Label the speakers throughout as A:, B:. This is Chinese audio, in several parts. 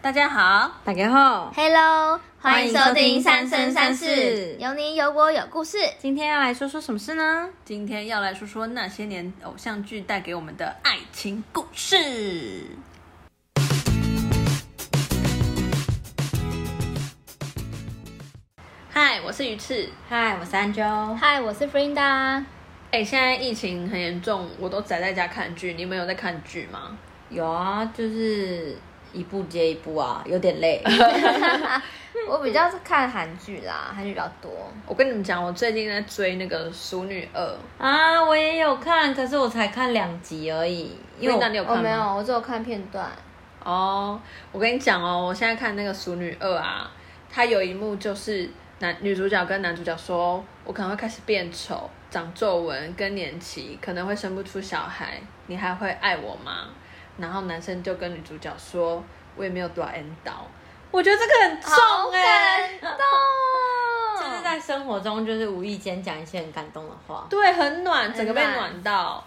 A: 大家好，
B: 大家好，
C: Hello，
B: 欢
C: 欢
B: 迎
C: 迎
B: 收
C: 收
B: 听
C: 听《
B: 三
C: 三
B: 生三
C: 生三
B: 世
C: 世》，有你有我有故事。
B: 今天要来说说什么事呢？
A: 今天要来说说那些年偶像剧带给我们的爱情故事。嗨，我是鱼翅。
B: 嗨，我是安啾。
C: 嗨，我是 Frida。
A: 哎、现在疫情很严重，我都宅在家看剧。你们有在看剧吗？
B: 有啊，就是一步接一步啊，有点 累。
C: 我比较是看韩剧啦，韩剧比较多。
A: 我跟你们讲，我最近在追那个《熟女二》，
B: 啊，我也有看，可是我才看两集而已，因为我
A: 那你有看吗？
C: 我哦没有，我只有看片段。
A: 哦，我跟你讲哦，我现在看那个《熟女二》啊，它有一幕就是男女主角跟男主角说，我可能会开始变丑、长皱纹、更年期，可能会生不出小孩，你还会爱我吗？然后男生就跟女主角说，我也没有多 N 到，我觉得这个很
C: 好
A: 重哎、
C: 感动，
B: 就是在生活中，就是无意间讲一些很感动的话。。
A: 对，很暖，整个被
C: 暖
A: 暖到。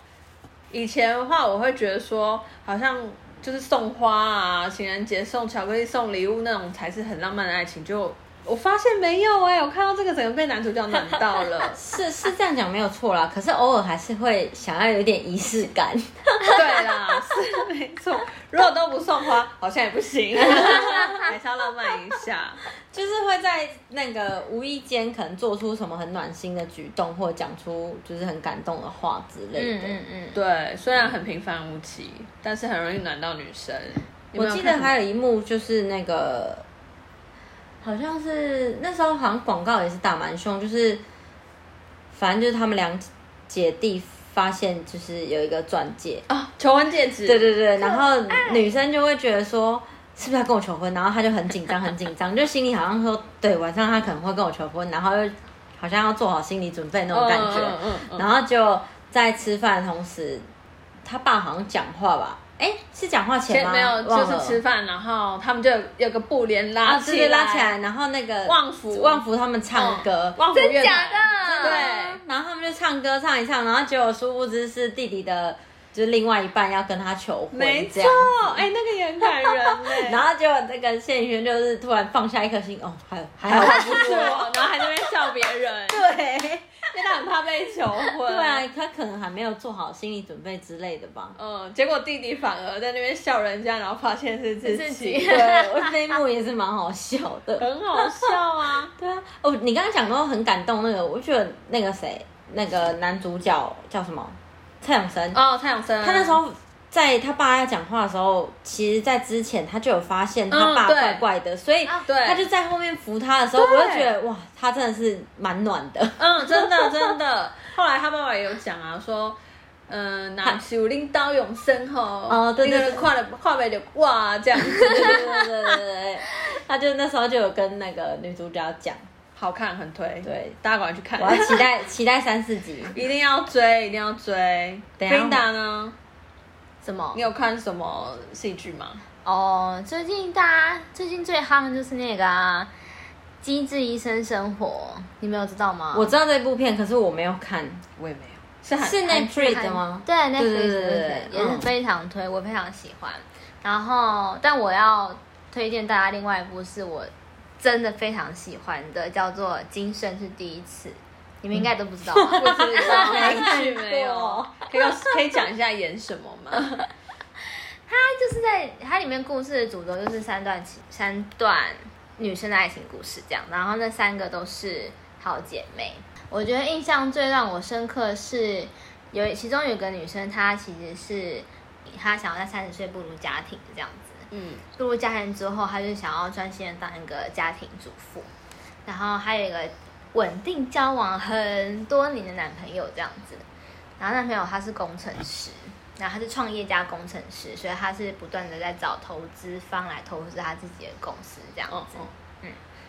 A: 以前的话，我会觉得说，好像就是送花啊，情人节送巧克力、送礼物那种才是很浪漫的爱情。就我发现没有哎、我看到这个整个被男主角暖到了
B: 是是这样讲没有错啦，可是偶尔还是会想要有一点仪式感。
A: 对啦，是没错。如果都不送花，好像也不行， 还是要浪漫一下。
B: 就是会在那个无意间可能做出什么很暖心的举动，或讲出就是很感动的话之类
C: 嗯
B: 的。
C: 嗯嗯，
A: 对，虽然很平凡无奇，但是很容易暖到女生。你
B: 我
A: 们有
B: 记得
A: 看
B: 还有一幕就是那个，好像是那时候好像广告也是打蛮凶，就是反正就是他们两姐弟发现就是有一个钻戒，
A: 啊，求婚戒指，
B: 对对对，然后
A: 哎
B: 女生就会觉得说。是不是要跟我求婚？然后她就很紧张，很紧张，就心里好像说，对，晚上她可能会跟我求婚，然后又好像要做好心理准备那种
A: 嗯，
B: 感觉。
A: 嗯嗯嗯
B: 然后就在吃饭的同时，他爸好像讲话吧？哎，是讲话前
A: 先
B: 吗？
A: 没有，
B: 忘
A: 就是
B: 了
A: 吃饭，然后他们就有有个布帘拉
B: 啊，
A: 起来，
B: 对对，拉起来，然后那个
A: 旺福嗯
B: 旺福他们唱歌，
A: 旺福
C: 真
A: 乐
C: 假
A: 团，
C: 的？
A: 对，
B: 然后他们就唱歌唱一唱，然后结果殊不知是弟弟的，就是另外一半要跟他求婚，
A: 没
B: 这
A: 错
B: 样。，
A: 哎，那个也很感人欸
B: 然
A: 嘞。
B: 后结果那个谢宇轩就是突然放下一颗心，哦，还还好 我不
A: 不
B: 说，
A: 错，然后还在那边笑别 人，
B: 对
A: 因为他很怕被求婚。
B: 对啊，，他可能还没有做好心理准备之类的吧。
A: 嗯，结果弟弟反而在那边笑人家，然后发现是自
C: 是自
A: 己
C: 己，
B: 对， 我那一幕也是蛮好笑的。
A: 很好笑 啊。
B: 对啊，哦，你刚刚讲到很感动那个，我就觉得那个谁，那个男主角叫什么？蔡永生，
A: 哦，蔡永生，
B: 他那时候在他爸要讲话的时候，其实在之前他就有发现他
A: 嗯
B: 爸
A: 对
B: 怪怪的，所以
C: 啊
A: 对
B: 他就在后面扶他的时候，我就
A: 对
B: 觉得哇，他真的是蛮暖的。
A: 嗯，真的真的。后来他爸爸也有讲啊，说，嗯，那是有领导永生吼，
B: 哦对对对
A: 那个跨了跨不了哇这样子，
B: 对对对对对对，他就那时候就有跟那个女主角讲，
A: 好看很推，
B: 对
A: 大家赶快去看
B: 我。要期待期待三四集。
A: 一定要追，一定要追。
B: 等一下
A: Linda 呢？
C: 什么
A: 你？有看什么戏剧吗？
C: 哦，最近大家最近最夯的就是那个啊《机智医生生活》，你们有知道吗？
B: 我知道这部片，可是我没有看，
A: 我也没有。是韩
B: 是
C: 韩剧
B: Netflix
C: 韩
B: 的吗？
C: 对，Netflix
B: 对对对对对
C: 也是
B: 嗯
C: 非常推，我非常喜欢。然后，但我要推荐大家另外一部是我真的非常喜欢的，叫做《今生是第一次》，你们应该都不知道 吧？
A: 不知 道韩剧
B: 没看过
A: 没有，可以可以讲一下演什么吗？
C: 它就是在它里面故事的主轴就是三段情三段女生的爱情故事这样，然后那三个都是好姐妹。我觉得印象最让我深刻的是有其中有个女生，她其实是她想要在三十岁步入家庭这样子，
A: 嗯，
C: 步入家庭之后，她就想要专心的当一个家庭主妇，然后还有一个稳定交往很多年的男朋友这样子。然后男朋友他是工程师，然后他是创业家工程师，所以他是不断的在找投资方来投资他自己的公司这样子。
A: 哦哦，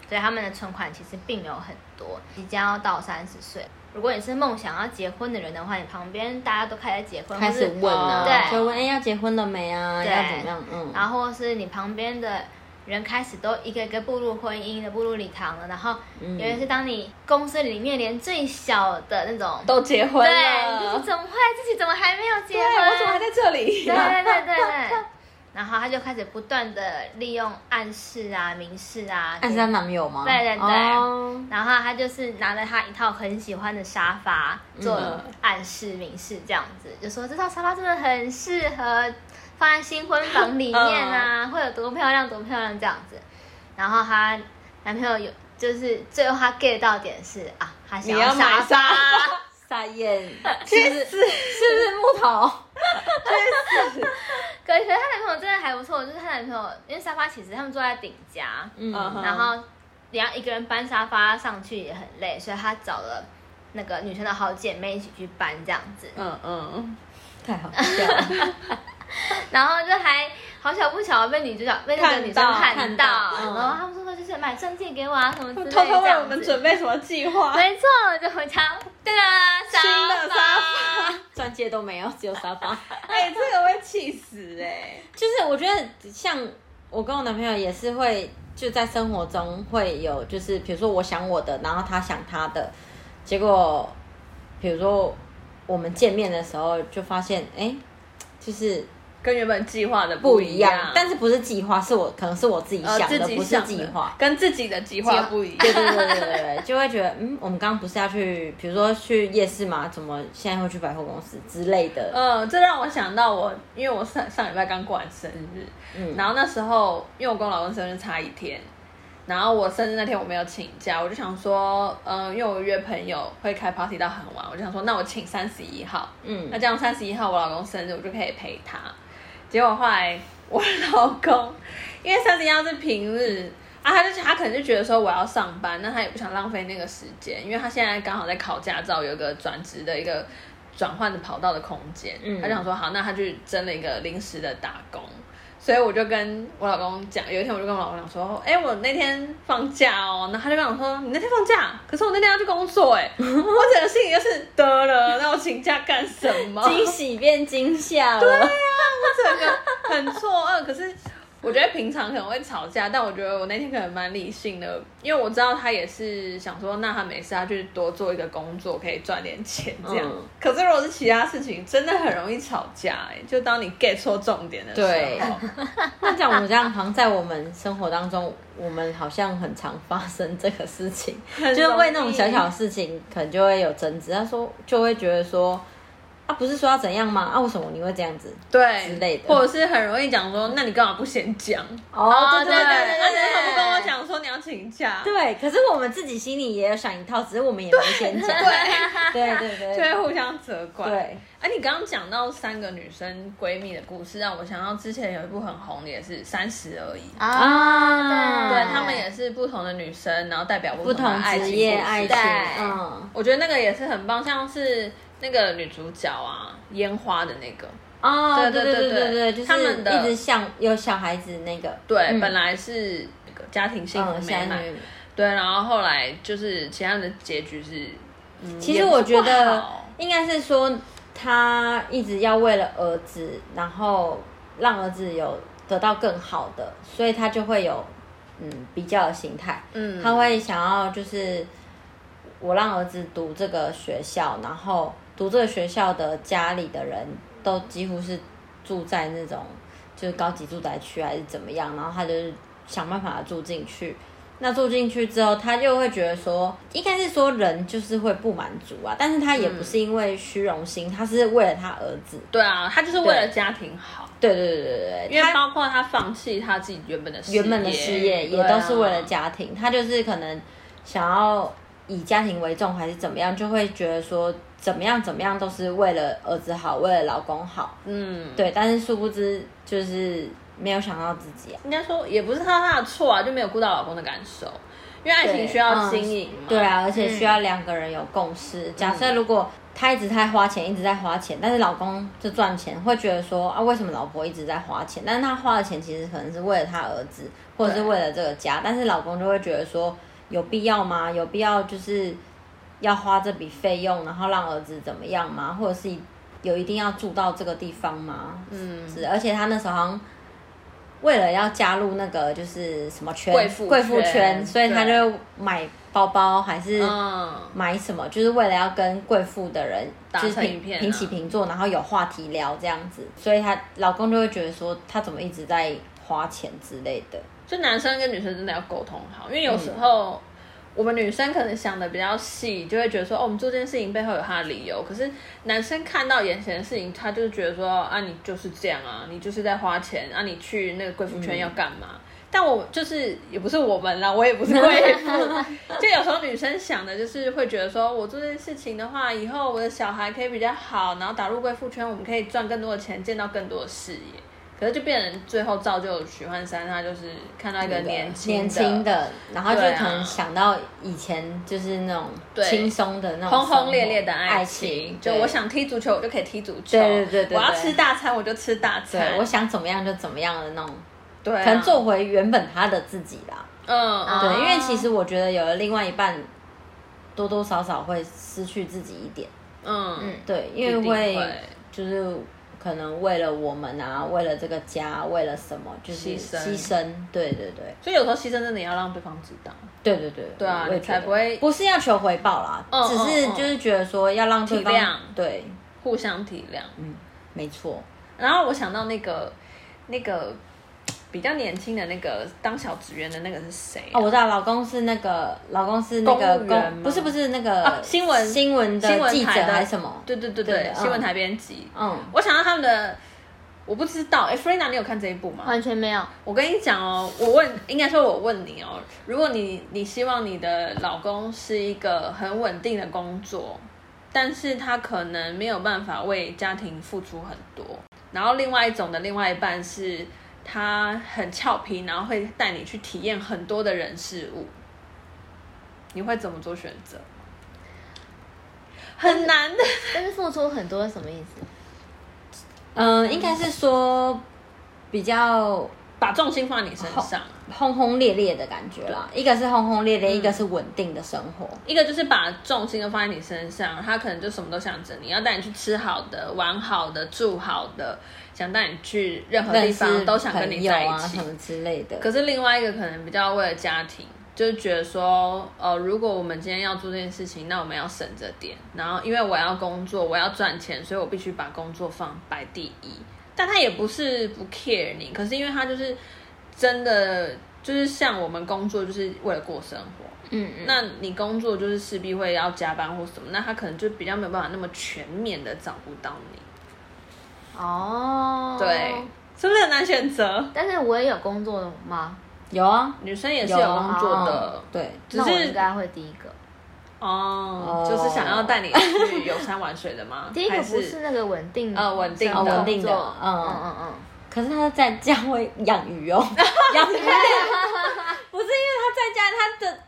C: 所以他们的存款其实并没有很多，即将要到三十岁。如果你是梦想要结婚的人的话，你旁边大家都开始结婚，
B: 开始
C: 或是
B: 问啊，
C: 哦对
B: 就问哎、要结婚了没啊，
C: 对
B: 要怎么样？嗯，
C: 然后或是你旁边的人开始都一个一个步入婚姻的、步入礼堂了，然后
B: 嗯
C: 尤其是当你公司里面连最小的那种，
A: 都结婚
C: 对，你就是
A: 了。
C: 怎么会自己怎么还没有结
A: 对，
C: 婚？
A: 我怎么还在这里？
C: 对对对对对。然后他就开始不断的利用暗示啊、明示啊，
B: 暗示她男友吗？
C: 对对对
B: 哦
C: 然后他就是拿了他一套很喜欢的沙发
A: 嗯
C: 做暗示、明示这样子，就说这套沙发真的很适合放在新婚房里面啊，
A: 嗯
C: 会有多漂亮多漂亮这样子。然后她男朋友有就是最后他 get 到点是啊，他想
A: 你要买
C: 沙
A: 沙发
B: 撒眼， 是不是是不是木头？
C: 可是可是她男朋友真的还不错，就是她男朋友因为沙发其实他们坐在顶家，
A: 嗯
C: 然后你要一个人搬沙发上去也很累，所以她找了那个女生的好姐妹一起去搬这样子。
A: 嗯嗯，
B: 太好笑了，
C: 然后就还好巧不巧被女主角被那个女生
B: 看到
C: 看
B: 看
C: 到，
B: 到嗯
C: 然后他们说就是买钻戒给我啊什么之类的，
A: 偷偷
C: 这
A: 为
C: 样
A: 我们
C: 子
A: 准备什么计划？
C: 没错，就回家，对啦，沙
A: 新的沙
C: 发，
B: 钻戒都没有，只有沙发。
A: 哎、这个会气死哎、
B: 就是我觉得像我跟我男朋友也是会就在生活中会有，就是比如说我想我的，然后他想他的，结果比如说我们见面的时候就发现，哎、就是
A: 跟原本计划的
B: 不
A: 一
B: 一样，但是不是计划，是我可能是我自己
A: 呃
B: 想
A: 自
B: 的，
A: 己
B: 不是
A: 想的
B: 计划。
A: 跟自己的计划不一
B: 对
A: 样。
B: 对对对对对，就会觉得嗯，我们刚刚不是要去，比如说去夜市吗？怎么现在会去百货公司之类的？
A: 嗯，这让我想到我，因为我上上礼拜刚过完生日，
B: 嗯
A: 然后那时候因为我跟我老公生日差一天，然后我生日那天我没有请假，我就想说，嗯，因为我约朋友会开 party 到很晚，我就想说，那我请三十一号，
B: 嗯
A: 那这样三十一号我老公生日，我就可以陪他。结果后来我老公，因为三十一号是平日啊，他就他可能就觉得说我要上班，那他也不想浪费那个时间，因为他现在刚好在考驾照，有个转职的一个转换的跑道的空间，
B: 嗯
A: 他就想说好，那他去争了一个临时的打工。所以我就跟我老公讲，有一天我就跟我老公讲说，哎、我那天放假哦，然后他就跟我说，你那天放假，可是我那天要去工作 哎，我整个心里就是得了，那我请假干什么？
B: 惊喜变惊吓
A: 啊
B: 了，
A: 整个很错愕。可是我觉得平常可能会吵架，但我觉得我那天可能蛮理性的，因为我知道他也是想说，那他没事，他去多做一个工作，可以赚点钱这样。
B: 嗯
A: 可是如果是其他事情，真的很容易吵架、欸。就当你 get 错重点的时候，
B: 对那讲我们这样，好像在我们生活当中，我们好像很常发生这个事 情，
A: 容易
B: 就是为那种小小的事情，可能就会有争执。他说就会觉得说，啊，不是说要怎样吗？啊，为什么你会这样子？
A: 对
B: 之类的
A: 或者是很容易讲说，那你干嘛不先讲？啊
B: 哦，对对
C: 对
B: 对
A: 那
B: 对
A: 你
B: 对
A: 为什么不跟我讲说你要请假？
B: 对。可是我们自己心里也有想一套，只是我们也没先 讲。对对对
A: 就
B: 对
A: 会互相责怪。
B: 对，
A: 哎、你刚刚讲到三个女生闺蜜的故事，让我想到之前有一部很红的，也是《三十而已》。
B: 啊，
A: 对，她们也是不同的女生，然后代表不
B: 不
A: 同的
B: 同
A: 爱情
B: 职业
A: 故事
B: 爱情，
C: 对
B: 嗯，
A: 我觉得那个也是很棒，像是那个女主角啊，烟花的那个，
B: 哦，
A: 对
B: 对
A: 对
B: 对
A: 对
B: 对
A: 对
B: 对对，就
A: 他们的
B: 是一直像有小孩子那个，
A: 对，
B: 嗯
A: 本来是那个家庭幸福美
B: 嗯，现
A: 满
B: 在，女
A: 对，然后后来就是其他人的结局是，嗯，
B: 其
A: 也
B: 实
A: 不
B: 我觉得
A: 好
B: 应该是说，他一直要为了儿子，然后让儿子有得到更好的，所以他就会有嗯比较的心态，
A: 嗯，
B: 他会想要就是我让儿子读这个学校，然后读这个学校的家里的人都几乎是住在那种就是高级住宅区还是怎么样，然后他就是想办法住进去。那住进去之后，他就会觉得说，应该是说人就是会不满足啊，但是他也不是因为虚荣心，他是为了他儿子。
A: 对啊，她就是为了家庭好。
B: 对对对对对，
A: 因为
B: 他
A: 包括她放弃她自己原本的事业
B: 原本的事业也
A: 对啊
B: 都是为了家庭，他就是可能想要以家庭为重还是怎么样，就会觉得说怎么样怎么样都是为了儿子好，为了老公好，
A: 嗯，
B: 对。但是殊不知就是没有想到自己、啊，
A: 应该说也不是她她的错啊，就没有顾到老公的感受，因为爱情需要经营嘛。
B: 嗯对，啊，而且需要两个人有共识。假设如果他一直在花钱，一直在花钱，但是老公就赚钱，会觉得说啊，为什么老婆一直在花钱？但是他花的钱其实可能是为了他儿子，或者是为了这个家，但是老公就会觉得说，啊有必要吗？有必要就是要花这笔费用，然后让儿子怎么样吗？或者是有一定要住到这个地方吗？
A: 嗯，
B: 是，而且他那时候好像为了要加入那个就是什么圈
A: 贵妇
B: 贵妇圈，
A: 圈
B: 所以他
A: 对
B: 就买包包还是
A: 嗯，
B: 买什么，就是为了要跟贵妇的人
A: 打
B: 就是
A: 成
B: 平
A: 一片啊
B: 平起平坐，然后有话题聊这样子，所以她老公就会觉得说她怎么一直在花钱之类的，
A: 就男生跟女生真的要沟通好，因为有
B: 嗯
A: 时候、我们女生可能想的比较细，就会觉得说，哦，我们做这件事情背后有他的理由。可是男生看到眼前的事情，他就觉得说，啊，你就是这样啊，你就是在花钱，啊，你去那个贵妇圈要干嘛？但我就是也不是我们啦，我也不是贵妇，就有时候女生想的就是会觉得说，我做这件事情的话，以后我的小孩可以比较好，然后打入贵妇圈，我们可以赚更多的钱，见到更多的视野。可是就变成最后造就许幻山，他就是看到一
B: 嗯
A: 个年轻
B: 年轻的，然后就
A: 对啊
B: 可能想到以前就是那种
A: 对
B: 轻松的那种
A: 轰轰烈烈的
B: 爱
A: 爱
B: 情
A: 情，，就
B: 对
A: 我。想踢足球，我就可以踢足球；
B: 对对对对
A: 我要
B: 对
A: 吃大餐，我就吃大餐。
B: 对，我想怎么样就怎么样的那种，
A: 对啊，
B: 可能做回原本他的自己啦。
A: 嗯，
C: 啊
B: 对，因为其实我觉得有了另外一半，多多少少会失去自己一点。
A: 嗯嗯，
B: 对，因
A: 一
B: 为
A: 定
B: 会就是可能为了我们啊，为了这个家，为了什么，就是
A: 牺牲
B: 牺牲。对对对，
A: 所以有时候牺牲真的也要让对方知道。
B: 对对对，对
A: 啊你才不会
B: 不是要求回报啦，
A: 嗯
B: 只是
A: 嗯嗯
B: 就是觉得说要让对方
A: 体谅
B: 对，
A: 互相体谅。
B: 嗯，没错，
A: 然后我想到那个那个比较年轻的那个当小职员的那个是谁啊、
B: 哦，我知道，老公是那个，老公是那个
A: 公务员吗
B: 不是不是那个、
A: 啊新闻
B: 新闻
A: 新
B: 的
A: 闻
B: 记者
A: 台的
B: 还是什么？
A: 对对对对，
B: 对嗯
A: 新闻台编辑。
B: 嗯，
A: 我想到他们的，我不知道。哎、f r e n a 你有看这一部吗？
C: 完全没有。
A: 我跟你讲哦，我问，应该说我问你哦，如果你你希望你的老公是一个很稳定的工作，但是他可能没有办法为家庭付出很多，然后另外一种的另外一半是他很俏皮，然后会带你去体验很多的人事物，你会怎么做选择？很难的，
C: 但是付出很多是什么意思？
B: 嗯、应该是说比较
A: 把重心放在你身上。
B: 轰轰烈烈的感觉啦，一个是轰轰
A: 嗯
B: 烈烈，一个是稳定的生活。
A: 一个就是把重心都放在你身上，他可能就什么都想着你，要带你去吃好的、玩好的、住好的，想带你去任何地
B: 认识
A: 方都想跟你在
B: 朋友
A: 一
B: 啊
A: 起
B: 什。么之类的。
A: 可是另外一个可能比较为了家庭，就是觉得说，呃，如果我们今天要做这件事情，那我们要省着点。然后因为我要工作，我要赚钱，所以我必须把工作放摆第一。但他也不是不 care 你，可是因为他就是真的就是像我们工作就是为了过生活，
C: 嗯嗯，
A: 那你工作就是势必会要加班或什么，那他可能就比较没有办法那么全面的照顾到你。
C: 哦，
A: 对，是不是很难选择？
C: 但是我也有工作的吗？
B: 有啊，
A: 女生也是有工作的
B: 啊，对，
A: 只
C: 那我应
A: 是
C: 该会第一个，
A: 哦
B: 哦，
A: 就是想要带你去游山玩水的吗？
C: 第一个
A: 还
C: 不是那个稳定
A: 呃稳定的
C: 生活
A: 稳
B: 定的
C: 工作
B: 嗯
C: 嗯嗯嗯，
B: 可是他在家会养 鱼哦，养鱼，不是因为他在家，他的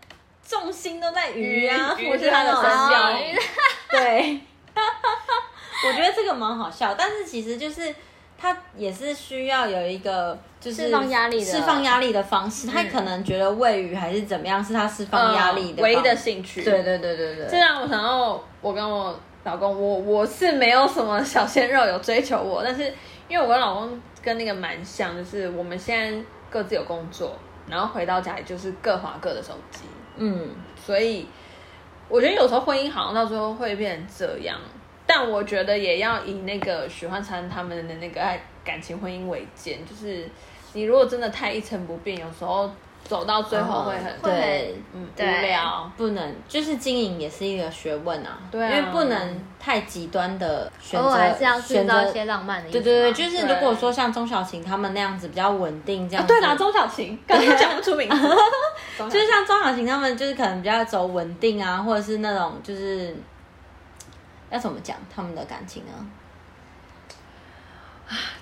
B: 重心都在鱼啊，
A: 鱼
B: 或是他的
A: 鱼是他的
B: 身标
A: 生肖。
C: 哦因为
B: 对，我觉得这个蛮好笑，但是其实就是他也是需要有一个就是
C: 释放压力的嗯
B: 释放压力的方式。他可能觉得喂鱼还是怎么样，是他释放压力的、
A: 呃唯一的。兴趣。
B: 对对对对
A: 这
B: 对，
A: 让我想到我跟我老公，我我是没有什么小鲜肉有追求我，但是因为我跟老公跟那个蛮像，就是我们现在各自有工作，然后回到家里就是各划各的手机，
B: 嗯，
A: 所以我觉得有时候婚姻好像到最后会变成这样，但我觉得也要以那个许幻山他们的那个爱感情婚姻为鉴，就是你如果真的太一成不变，有时候走到最后会很、
B: 哦
C: 会
B: 对，
A: 嗯无
C: 对
A: 聊。
B: 不能就是经营也是一个学问啊，
A: 对啊
B: 因为不能太极端的选
C: 偶
B: 择，
C: 尔还是要制
B: 选
C: 造
B: 择
C: 一些浪漫的啊意思
B: 对
C: 嘛。啊
B: 对对，就是
A: 对
B: 如果说像钟小琴他们那样子比较稳定这样、
A: 对啦，，钟小琴，刚刚讲不出名字， 就
B: 就是是像钟小琴他们，就是可能比较走稳定啊，或者是那种就是要怎么讲他们的感情啊呢？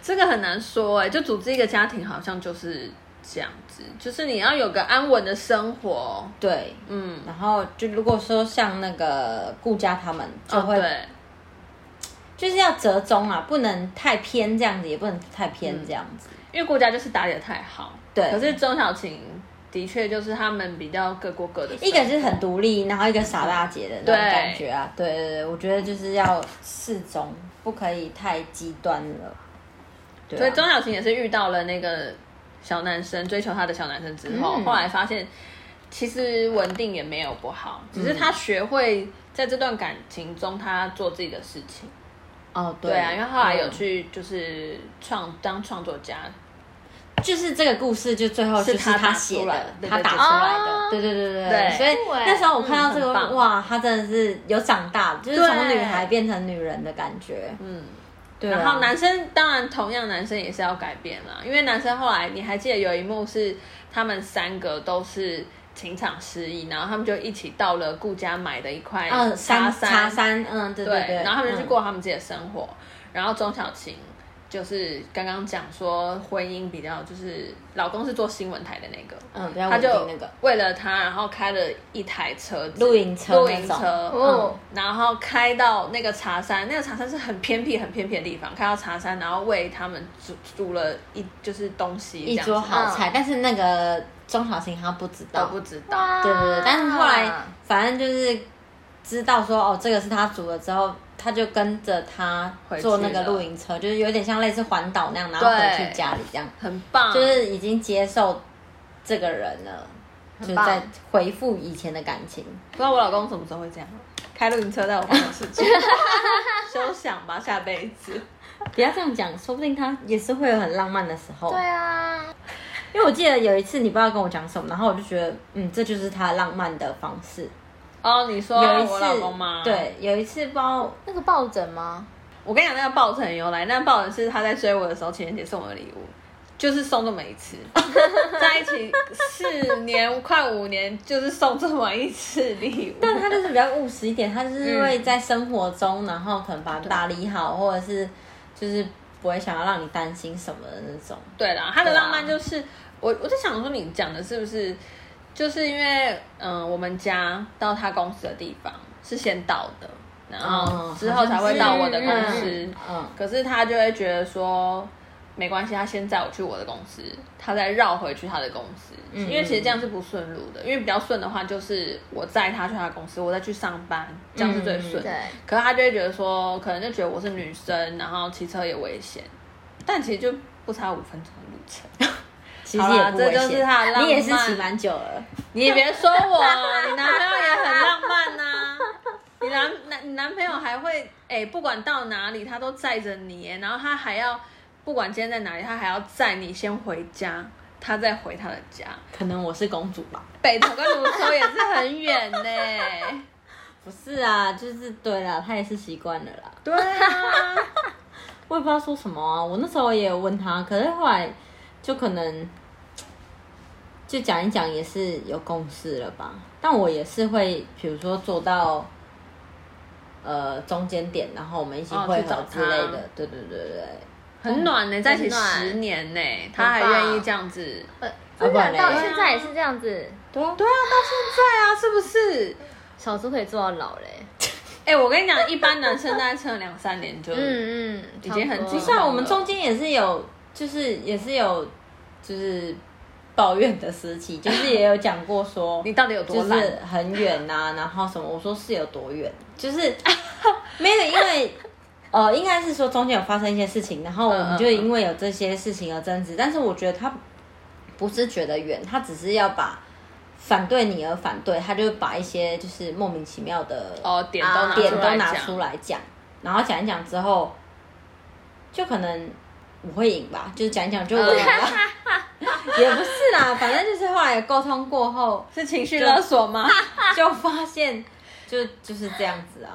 A: 这个很难说哎、就组织一个家庭好像就是这样子，就是你要有个安稳的生活，
B: 对，
A: 嗯，
B: 然后就如果说像那个顾家他们，就
A: 哦
B: 会、
A: 对，
B: 就是要折中啊，不能太偏这样子，也不能太
A: 嗯
B: 偏这样子。
A: 因为国家就是打理的太好，
B: 对
A: 可是钟小琴的确就是他们比较各过各的生活，
B: 一个是很独立，然后一个傻大姐的那种感觉啊，对对对，我觉得就是要适中，不可以太极端了。对啊
A: 所以钟小琴也是遇到了那个小男生追求她的小男生之后，
B: 嗯
A: 后来发现其实稳定也没有不好，
B: 嗯
A: 只是她学会在这段感情中她做自己的事情。
B: 哦，对
A: 对啊，因为后来有
B: 嗯
A: 去就是创当创作家，
B: 就是这个故事，就最后就
A: 是
B: 是
A: 他打
B: 他写
A: 出来的
B: 的，
A: 对
B: 他
A: 对
B: 打
A: 对
B: 出来
C: 哦
B: 的，对对对对
A: 对
B: 所以
C: 对
B: 那时候我看到这个
A: 嗯很，棒
B: 哇，他真的是有长大，就是
A: 对
B: 从女孩变成女人的感觉。
A: 嗯，
B: 对啊，
A: 然后男生当然同样，男生也是要改变啦，因为男生后来你还记得有一幕是他们三个都是情场失意，然后他们就一起到了顾家买的一块
B: 嗯，
A: 沙
B: 三
A: 山，
B: 茶三，嗯，对
A: 对
B: 对对，
A: 然后他们就去
B: 嗯
A: 过他们自己的生活。然后钟小琴就是刚刚讲说婚姻比较就是老公是做新闻台的那个，
B: 嗯，不要
A: 他
B: 稳
A: 就
B: 定那个
A: 为了他，然后开了一台车子，
B: 露营车
A: 露营
B: 那
A: 车，
B: 种
A: 嗯，然后开到那个茶山，那个茶山是很偏僻、很偏僻的地方，开到茶山，然后为他们煮煮了一就是东西，
B: 一桌好菜，但是那个钟小琴她不知
A: 嗯都
B: 道，
A: 不知道，
C: 嗯啊
B: 对对对，但是后来反正就是知道说哦，这个是他煮了之后，他就跟着他
A: 回去
B: 坐那个
A: 了
B: 露营车，就是有点像类似环岛那样，然后
A: 对
B: 回去家里这样，
A: 很棒，
B: 就是已经接受这个人了，就是
C: 棒
B: 在回复以前的感情。
A: 不知道我老公什么时候会这样，开露营车带我办的事 情，休想吧，下辈子。
B: 不要这样讲，说不定他也是会有很浪漫的时候。
C: 对啊，
B: 因为我记得有一次你不知道跟我讲什么，然后我就觉得，嗯，这就是他浪漫的方式。
A: 哦，你说
B: 有一
A: 我老公吗？
B: 次，，对，有一次不知道
C: 那个抱枕吗？
A: 我跟你讲，那个抱枕很由来，那个抱枕是他在追我的时候，情人节送我的礼物，就是送这么一 次，在一起四年快五年，就是送这么一次礼物。
B: 但他就是比较务实一点，他就是会在生活中，然后可能把打理好，或者是就是不会想要让你担心什么的那种。
A: 对啦，他的
C: 啊
A: 浪漫就是、我我在想说，你讲的是不是就是因为嗯、呃我们家到他公司的地方是先到的，然后
B: 嗯
A: 之后才会到我的公
C: 哦好像
A: 司。
C: 是
B: 嗯，
A: 可是他就会觉得说，没关系，他先载我去我的公司，他再绕回去他的公司，因为其实这样是不顺路的，因为比较顺的话就是我载他去他的公司，我再去上班，这样是最顺。
B: 嗯
C: 对，
A: 可是他就会觉得说，可能就觉得我是女生，然后骑车也危险，但其实就不差五分钟的路程。
B: 其实也不危
A: 好啦这就是他的浪漫
B: 险，你也是骑蛮久了，
A: 你别说我，你男朋友也很浪漫呐、你男男你男朋友还会哎、不管到哪里他都载着你耶，然后他还要不管今天在哪里，他还要载你先回家，他再回他的家。
B: 可能我是公主吧？
A: 北投跟泸州也是很远呢。
B: 不是啊，就是对啦，他也是习惯了啦。
A: 对啊，
B: 我也不知道说什么啊，我那时候也有问他，可是后来就可能就讲一讲也是有共识了吧。但我也是会，比如说做到呃中间点，然后我们一起
A: 哦
B: 会
A: 去找
B: 合之类
A: 他
B: 的。对对对对，
A: 很暖呢，在一起十年呢，他还愿意这样子。
C: 呃，
B: 啊
C: 真
B: 不然
C: 的
B: 嘞
C: 到现在也是这样子，
B: 对啊
A: 对啊，到现在啊，是不是？
C: 小猪可以做到老嘞。
A: 哎、我跟你讲，一般男生大概撑了两三年就，
C: 嗯嗯，
A: 已经很
C: 差
A: 不
C: 不
A: 是
C: 多
B: 像我们中间也是有，就是也是有，就是抱怨的时期，就是也有讲过说
A: 你到底有多
B: 就是
A: 懒？
B: 很远呐、然后什么？我说是有多远？就是 没有，因为呃，应该是说中间有发生一些事情，然后我
A: 嗯嗯
B: 们就因为有这些事情而争执。但是我觉得他不是觉得远，他只是要把反对你而反对，他就把一些就是莫名其妙的
A: 哦，点都拿
C: 啊
A: 出来
B: 点
A: 讲
B: 都拿出来讲，然后讲一讲之后，就可能我会赢吧，就是讲一讲就我赢了， 也不是啦，反正就是后来沟通 过后。
A: 是情绪勒索 吗？
B: 就发现就就是这样子啊。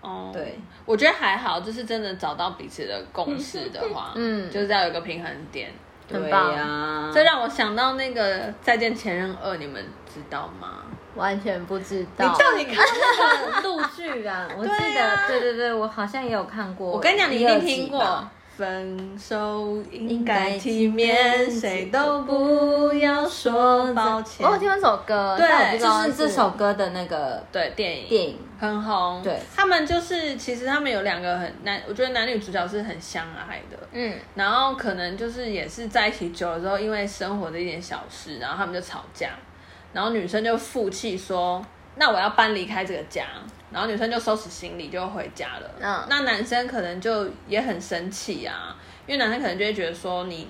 A: 哦，
B: 对，
A: 我觉得还好，就是真的找到彼此的共识的 话，
C: 嗯
A: 就是要有一个平衡点。
C: 很
B: 对
C: 棒
B: 呀、
A: 这让我想到那个《再见前任二》，你们知道吗？
C: 完全不知道。
B: 哦
A: 到底看？
B: 那个陆剧啊，我记得，
A: 对
B: 对,、
A: 啊
B: 对对我好像也有看过。
A: 我跟你讲，你一
B: 二
A: 定
B: 集
A: 听过
B: 吧。。
A: 分手应该体面，谁都不要说抱歉
B: 哦
C: 我。有听过这首歌，
A: 对
C: 但我不知
B: 就
C: 道
B: 是这首歌的那个
A: 对，电影
B: 电影，
A: 很红。
B: 对
A: 他们就是其实他们有两个很男，我觉得男女主角是很相爱的。
C: 嗯，
A: 然后可能就是也是在一起久了之后，因为生活的一点小事，然后他们就吵架，然后女生就负气说：“那我要搬离开这个家。”然后女生就收拾行李就回家了。
C: 嗯
A: 那男生可能就也很生气啊，因为男生可能就会觉得说你。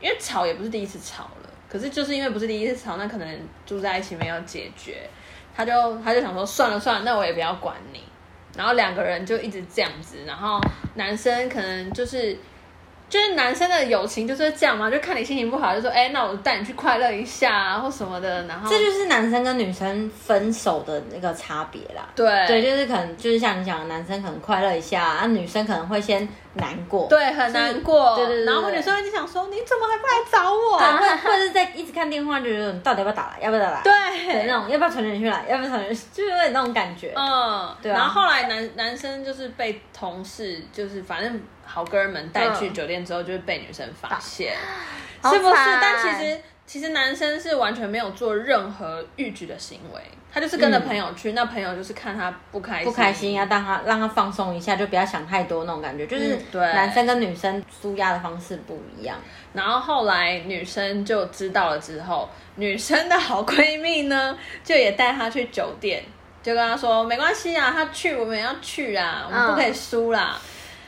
A: 因为吵也不是第一次吵了，可是就是因为不是第一次吵，那可能住在一起没有解决，他就他就想说算了算了，那我也不要管你。然后两个人就一直这样子，然后男生可能就是就是男生的友情就是这样嘛，就看你心情不好就说哎、那我带你去快乐一下啊或什么的，然后
B: 这就是男生跟女生分手的那个差别啦。
A: 对
B: 对，就是可能就是像你讲的，男生可能快乐一下，啊，女生可能会先难过。
A: 对，很难过。
B: 对对对对
A: 然后女生就想说，你怎么还不来找我？
B: 啊，或或者是在一直看电话，就觉得你到底要不要打来，要不要打来？对，
A: 对，
B: 那种要不要传简讯来，要不要传简讯， 就是有点那种感觉。
A: 嗯，
B: 对啊
A: 然后后来男男生就是被同事，就是反正好哥们带去酒店之后，就是被女生发 现，
C: 好
A: 是不是？
C: 惨
A: 但其实其实男生是完全没有做任何逾矩的行为，他就是跟着朋友去，那朋友就是看他不开心，
B: 不开心啊，。让他让他放松一下，就不要想太多那种感觉。就是
A: 嗯对
B: 男生跟女生舒压的方式不一样。
A: 然后后来女生就知道了之后，女生的好闺蜜呢，就也带她去酒店，就跟她说没关系啊，她去我们也要去啊，我们不可以输啦。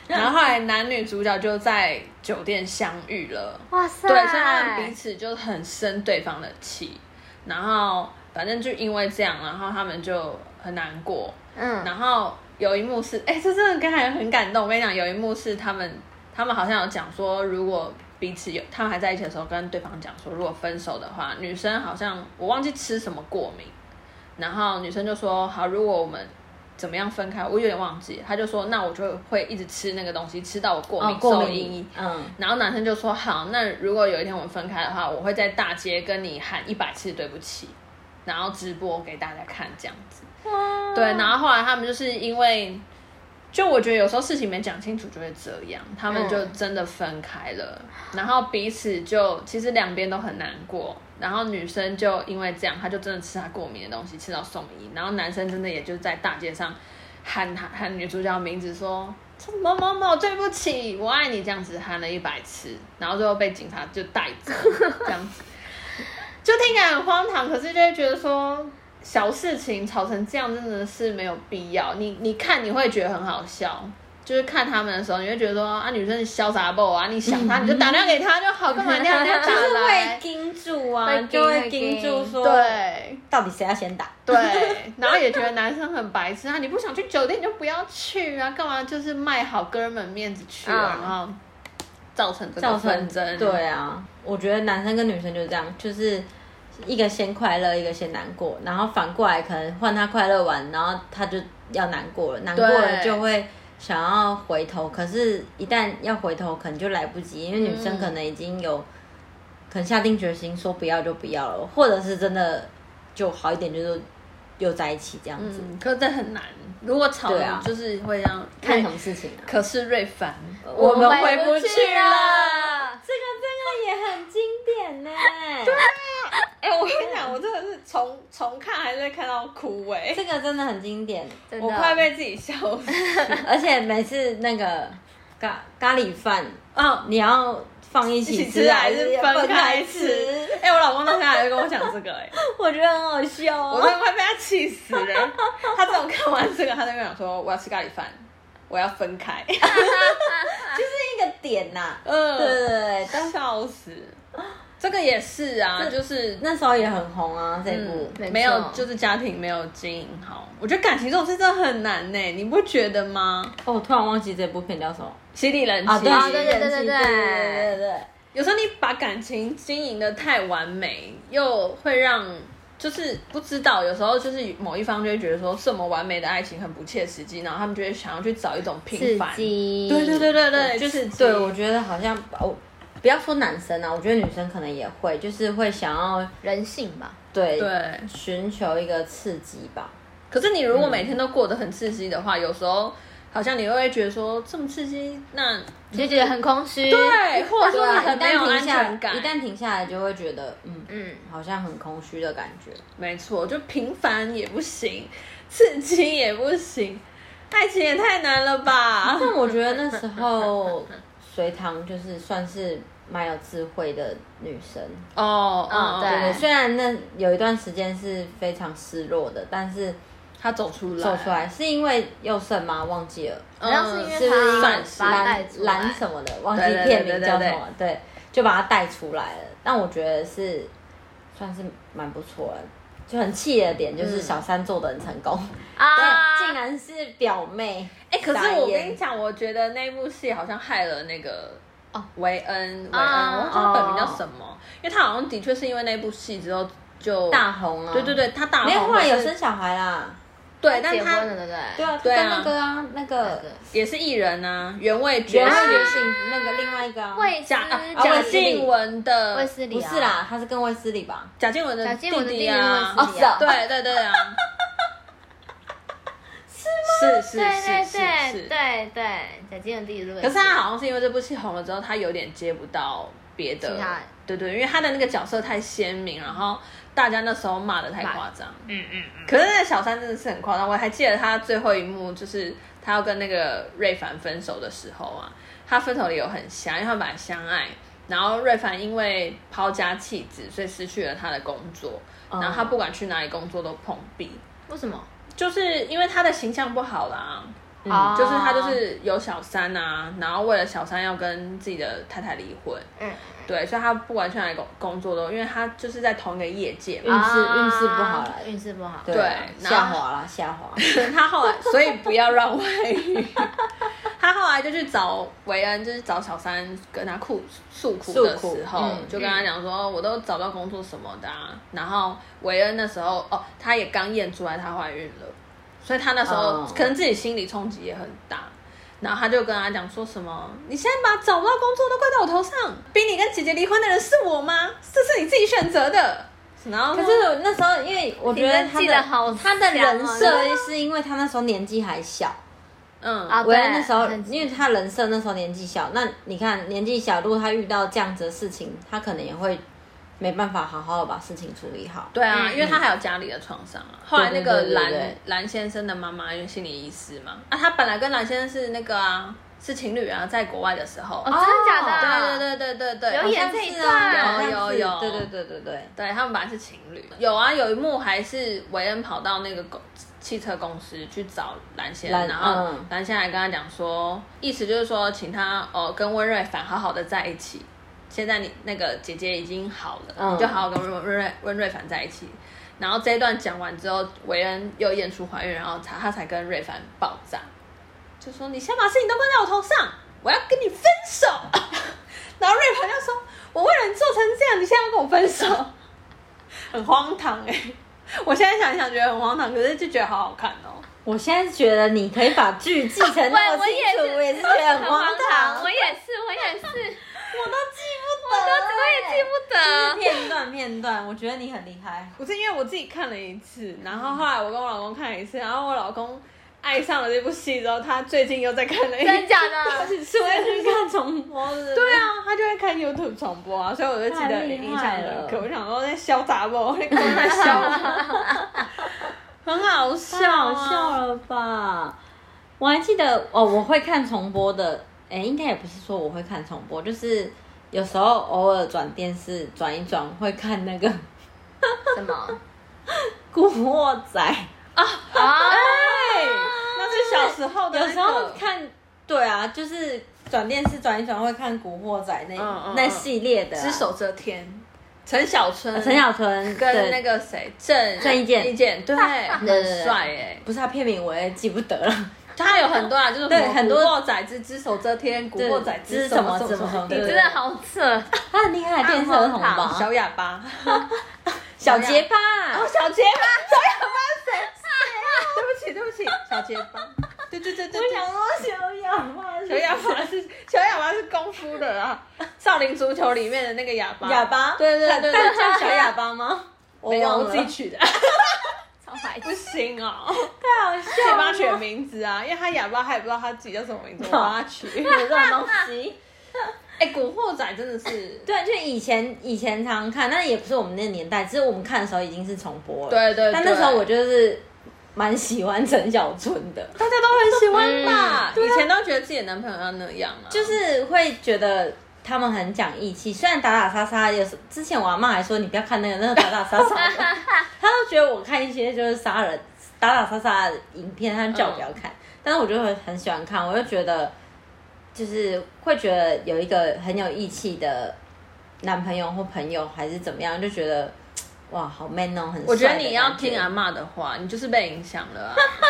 A: 然后后来男女主角就在酒店相遇了，
C: 哇塞，
A: 对，所以他们彼此就很生对方的气，然后反正就因为这样，然后他们就很难过，
C: 嗯，
A: 然后有一幕是，哎、这真的刚才很感动。我跟你讲，有一幕是他们，他们好像有讲说，如果彼此有，他们还在一起的时候，跟对方讲说，如果分手的话，女生好像我忘记吃什么过敏，然后女生就说，好，如果我们怎么样分开，我有点忘记，他就说，那我就会一直吃那个东西，吃到我过
B: 哦
A: 敏，
B: 过
A: 受
B: 敏
A: 益。，
B: 嗯，
A: 然后男生就说：“好，那如果有一天我们分开的话，我会在大街跟你喊一百次对不起，然后直播给大家看这样子。”对，然后后来他们就是因为，就我觉得有时候事情没讲清楚就会这样，他们就真的分开了，然后彼此就其实两边都很难过。然后女生就因为这样，她就真的吃她过敏的东西，吃到送医。然后男生真的也就在大街上喊她喊女主角的名字说某某某，对不起，我爱你，这样子喊了一百次，然后最后被警察就带走，这样子，就听起来很荒唐，可是就会觉得说小事情吵成这样真的是没有必要。你你看你会觉得很好笑，就是看他们的时候，你会觉得说啊，女生你潇洒不啊，你想他你就打电话给他就好，干嘛一定要人家打
B: 就是会
A: 来？
B: 盯住啊，
C: 会盯
B: 就会
C: 会
B: 盯
C: 盯
B: 住说，，
A: 对。
B: 到底谁要先打？
A: 对，然后也觉得男生很白痴啊！你不想去酒店你就不要去啊，干嘛就是卖好哥们面子去了，
C: 嗯
A: 然后造成这
B: 啊造
A: 个
B: 成
A: 纷争。
B: 对啊，我觉得男生跟女生就是这样，就是一个先快乐，一个先难过，然后反过来可能换他快乐完，然后他就要难过了，难过了
A: 对
B: 就会想要回头，可是一旦要回头，可能就来不及，因为女生
A: 嗯
B: 可能已经有、可能下定决心说不要就不要了，或者是真的就好一点，就是又在一起这样子，
A: 嗯，可是这很难。如果吵
B: 对啊
A: 就是会让
B: 看什么事情啊。
A: 可是瑞凡，
B: 我们
A: 回
C: 回不
A: 去
C: 去
A: 了。
C: 了。
B: 这个真的也哎很经典呢、
A: 哎、 我跟你讲，我真的是重重看还是会看到哭哎、
B: 这个真的很经典。
C: 真 的
A: 我快被自己笑死。
B: 而且每次那个咖咖喱饭，
A: 嗯，
B: 你要放一起
A: 一起
B: 吃
A: 吃还
B: 是
A: 是
B: 分
A: 分
B: 开
A: 开吃
B: 吃？？
A: 哎、我老公到现在还在跟我讲这个 哎、
B: 我觉得很好笑
A: 我真
B: 哦。
A: 的快被他气死了。他这种看完这个，他在那边讲说我要吃咖喱饭，我要分 开。
B: 就是一个点呐、
A: 嗯，
B: 对对对，但
A: 笑死。这个也是啊，就是
B: 那时候也很红啊，这部。
C: 没错
A: 嗯没有，就是家庭没有经营好。我觉得感情这种事真的很难呢，你不觉得吗？
B: 哦，我突然忘记这部片叫什么
A: 犀利人妻，
B: 啊？对
C: 啊
B: 对对
C: 对对
B: 对对
C: 对对对
B: 对对，
A: 有时候你把感情经营的太完美，又会让就是不知道，有时候就是某一方就会觉得说这么完美的爱情很不切实际，然后他们就会想要去找一种平
C: 刺
A: 凡。
C: 激，
A: 对对对对对，
B: 就是
A: 刺激
B: 对，我觉得好像哦，不要说男生啊，我觉得女生可能也会，就是会想要
C: 人性吧。
B: 对
A: 对。
B: 寻求一个刺激吧。
A: 可是你如果每天都过得很刺激的话，有时候好像你会觉得说这么刺激，那
C: 你就觉得很空虚。嗯
A: 对，或者
B: 对
A: 说你
B: 啊，
A: 很
B: 一
A: 没有
B: 旦
A: 安
B: 停下
A: 全
B: 来，
A: 感。
B: 一旦停下来就会觉得，嗯嗯
C: 嗯，
B: 好像很空虚的感觉。
A: 没错，就平凡也不行，刺激也不行，爱情也太难了 吧？
B: 但我觉得那时候隋唐就是算是蛮有智慧的 女生，
A: 哦，嗯，
C: 对
B: 对，虽然那有一段时间是非常失落的，但是
A: 他走出来，
B: 走出，来是因为佑胜吗？忘记了，
A: 好
C: 好像是因为
B: 是不是
C: 他
A: 算
C: 把他
A: 是
C: 带
B: 蓝
C: 出来
B: 蓝什么的，忘记
A: 对对对
B: 片
A: 对
B: 名
A: 对
B: 叫
A: 对
B: 什么，对。就把他带出来了。但我觉得是算是蛮不错的，就很气的点
A: 嗯
B: 就是小三做的很成功，
C: 啊，
B: 对，竟然是表妹。
A: 哎、可
B: 傻
A: 是我跟
B: 眼
A: 你讲，我觉得那部戏好像害了那个
C: 哦
A: 维恩，维恩，
C: 啊
A: 我忘记他本名叫什么，因为他好像的确是因为那部戏之后就
B: 大红啊，
A: 对对，对，他大
B: 没有
A: 红
B: 后来
A: 可
B: 有
A: 是
B: 生小孩啦，
A: 对，但
C: 结
A: 他
C: 婚了对不对？
B: 对啊，
A: 对啊
B: 跟那个啊那个
A: 也是艺人啊，原味爵
B: 原味
A: 士
B: 觉醒那个另外一个啊，
C: 卫斯
A: 贾啊
C: 理
A: 贾
B: 卫斯理
A: 静雯
C: 卫
A: 的
C: 斯理
B: 不
C: 啊
B: 是，啦，他是跟卫斯理吧？
A: 贾静雯
C: 贾
A: 的
C: 静雯的弟弟
A: 弟
C: 啊
A: 啊，
B: 哦是啊
A: 对对对啊，是是
C: 对对
A: 是是
C: 对
A: 是，
C: 对对，贾静雯弟弟是卫斯
A: 可
C: 理
A: 是他好像是因为这部戏红了之后，他有点接不到别的
C: 其他，
A: 对对，因为他的那个角色太鲜明，然后大家那时候骂的太夸张。
C: 嗯嗯嗯，
A: 可是那个小三真的是很夸张，我还记得他最后一幕，就是他要跟那个瑞凡分手的时候啊，他分手的理由很瞎，因为他们本来相爱，然后瑞凡因为抛家弃子，所以失去了他的工作，然后他
C: 嗯
A: 不管去哪里工作都碰壁，
C: 为什么？
A: 就是因为他的形象不好啦。
B: 嗯
C: 哦
A: 就是他就是有小三啊，然后为了小三要跟自己的太太离婚，
C: 嗯，
A: 对，所以他不管去哪里工工作都，因为他就是在同一个业界嘛，
B: 运势
C: 啊
B: 运势不好啦
C: 运势不好，
B: 对啊
A: 对
B: 下滑啦下滑，
A: 他后来，所以不要让外遇。他后来就去找维恩，就是找小三跟他诉诉苦的
B: 诉苦
A: 时候，
B: 嗯
A: 就跟他讲说、哦我都找不到工作什么的、啊。然后维恩那时候哦，他也刚验出来她怀孕了，所以他那时候、
B: 哦
A: 可能自己心理冲击也很大。然后他就跟他讲说什么，你现在把找不到工作都怪到我头上，逼你跟姐姐离婚的人是我吗？这是你自己选择的。然后
B: 可是我那时候，因为我觉得啊他
C: 你真记得好
B: 的他的人
C: 详哦
B: 设是因为他那时候年纪还小，
A: 嗯
C: 啊
B: 我
C: 对
B: 在那时候
C: 很，
B: 因为他人设那时候年纪小，那你看年纪小，如果他遇到这样子的事情，他可能也会没办法好好的把事情处理好。
A: 对啊，
C: 嗯
A: 因为他还有家里的创伤啊。后来那个
B: 对对对
A: 蓝
B: 对对
A: 蓝先生的妈妈因为心理医师嘛，啊，他本来跟蓝先生是那个啊，是情侣啊，在国外的时候。
C: 哦，真的假的？
A: 对
B: 啊
A: 对对对对对，
C: 有
A: 好像
C: 演这一
B: 是
C: 段
B: 啊，
A: 有
B: 好像是
A: 有有
B: 对对对对对，
A: 对他们本来是情侣。有啊，有一幕还是韦恩跑到那个公汽车公司去找蓝先生，
B: 蓝
A: 然后
B: 嗯
A: 蓝先生还跟他讲说，意思就是说，请他哦跟温瑞凡好好的在一起。现在你那个姐姐已经好了，
B: 嗯
A: 你就好好跟温温瑞温瑞凡在一起。然后这一段讲完之后，韦恩又验出怀孕，然后他他才跟瑞凡爆炸，就说你先把事情都怪在我头上，我要跟你分手。 然后瑞凡就说：“我为了你做成这样，你现在要跟我分手，很荒唐哎、我现在想一想觉得很荒唐，可是就觉得好好看哦。
B: 我现在觉得你可以把剧记 成那
C: 我
B: 么
C: 我
B: 清
C: 也
B: 楚，我也是觉得很荒唐
C: 我。也是，我也是，
B: 我都记不
C: 我
B: 得
C: 都我也记不得。
B: 片段片段，我觉得你很厉害。
A: 不是因为我自己看了一次，然后后来我跟我老公看了一次，然后我老公爱上了这部戏之后，他最近又在看了一
C: 真
A: 次。
C: 假的？
B: 是我也去看重播 的。
A: 对啊，他就会看 YouTube 重播啊，所以我就记
B: 太
A: 得
B: 厉
A: 印象
B: 害
A: 深
B: 了
A: 刻。我想说在潇洒不？ 你跟我在笑我， 很好笑、
B: 太
A: 啊，
B: 好笑了吧！我还记得哦，我会看重播的，哎，应该也不是说我会看重播，就是有时候偶尔转电视转一转，会看那个《
C: 什么？
B: 古惑仔
C: 啊？
A: 对，那是小时候》，的、那
B: 有
A: 个
B: 时候看，对啊，就是转电视转一转会看《古惑仔那》
A: 嗯嗯
B: 那
A: 嗯
B: 系列的啊、
A: 只手遮天，陈小春，
B: 陈小春
A: 跟
B: 对
A: 那个谁郑
B: 郑伊健
A: 伊健对，很
B: 对对
A: 帅哎、
B: 不是他片名我也记不得了，
A: 他有很多啊，就是
B: 对
A: 什么
B: 很多
A: 古惑仔之只手遮天，古
B: 对
A: 惑仔
B: 之
A: 什么
B: 什么
A: 什么
B: 什么
A: 什
B: 对
C: 你
A: 么
C: 真的好扯，
B: 他很厉害，电视儿童
C: 很
B: 吧
C: 好，
A: 啊小哑 巴，
B: 小结巴，
A: 哦，小结巴，小哑巴谁？ 对不起，对不起，小结巴，对对对对对。
B: 说小哑巴是
A: 小哑巴是小哑巴是功夫的啊，少林足球里面的那个哑巴。
B: 哑巴，
A: 对对对对，
B: 但叫小哑 巴吗？我
A: 没有，
B: 忘
A: 我
B: 了
A: 自己取的。
C: 超白
A: 不
C: 痴。
A: 行哦，太好笑了。自己帮他取的名字啊，因为他哑巴，他也不知道他自己叫什么 名字，我帮他取。
B: 有这种东西。
A: 哎，古惑仔真的是，
B: 对，就以前以前常看，但也不是我们那个年代，只是我们看的时候已经是重播了。
A: 对对
B: 但
A: 对
B: 那时候我就是蛮喜欢陈小春 的，
A: 大家都很喜欢吧？啊
C: 嗯
A: 以前都觉得自己的男朋友要那样啊，
B: 就是会觉得。他们很讲义气，虽然打打杀杀，有时之前我阿妈还说你不要看那个那个打打杀杀的，她都觉得我看一些就是杀人打打杀杀的影片，她就叫我不要看，但是我就会很喜欢看，我就觉得就是会觉得有一个很有义气的男朋友或朋友还是怎么样，就觉得哇好 man 哦，很
A: 我觉得
B: 帅的
A: 你要
B: 感觉
A: 听阿嬷的话，你就是被影响了、啊。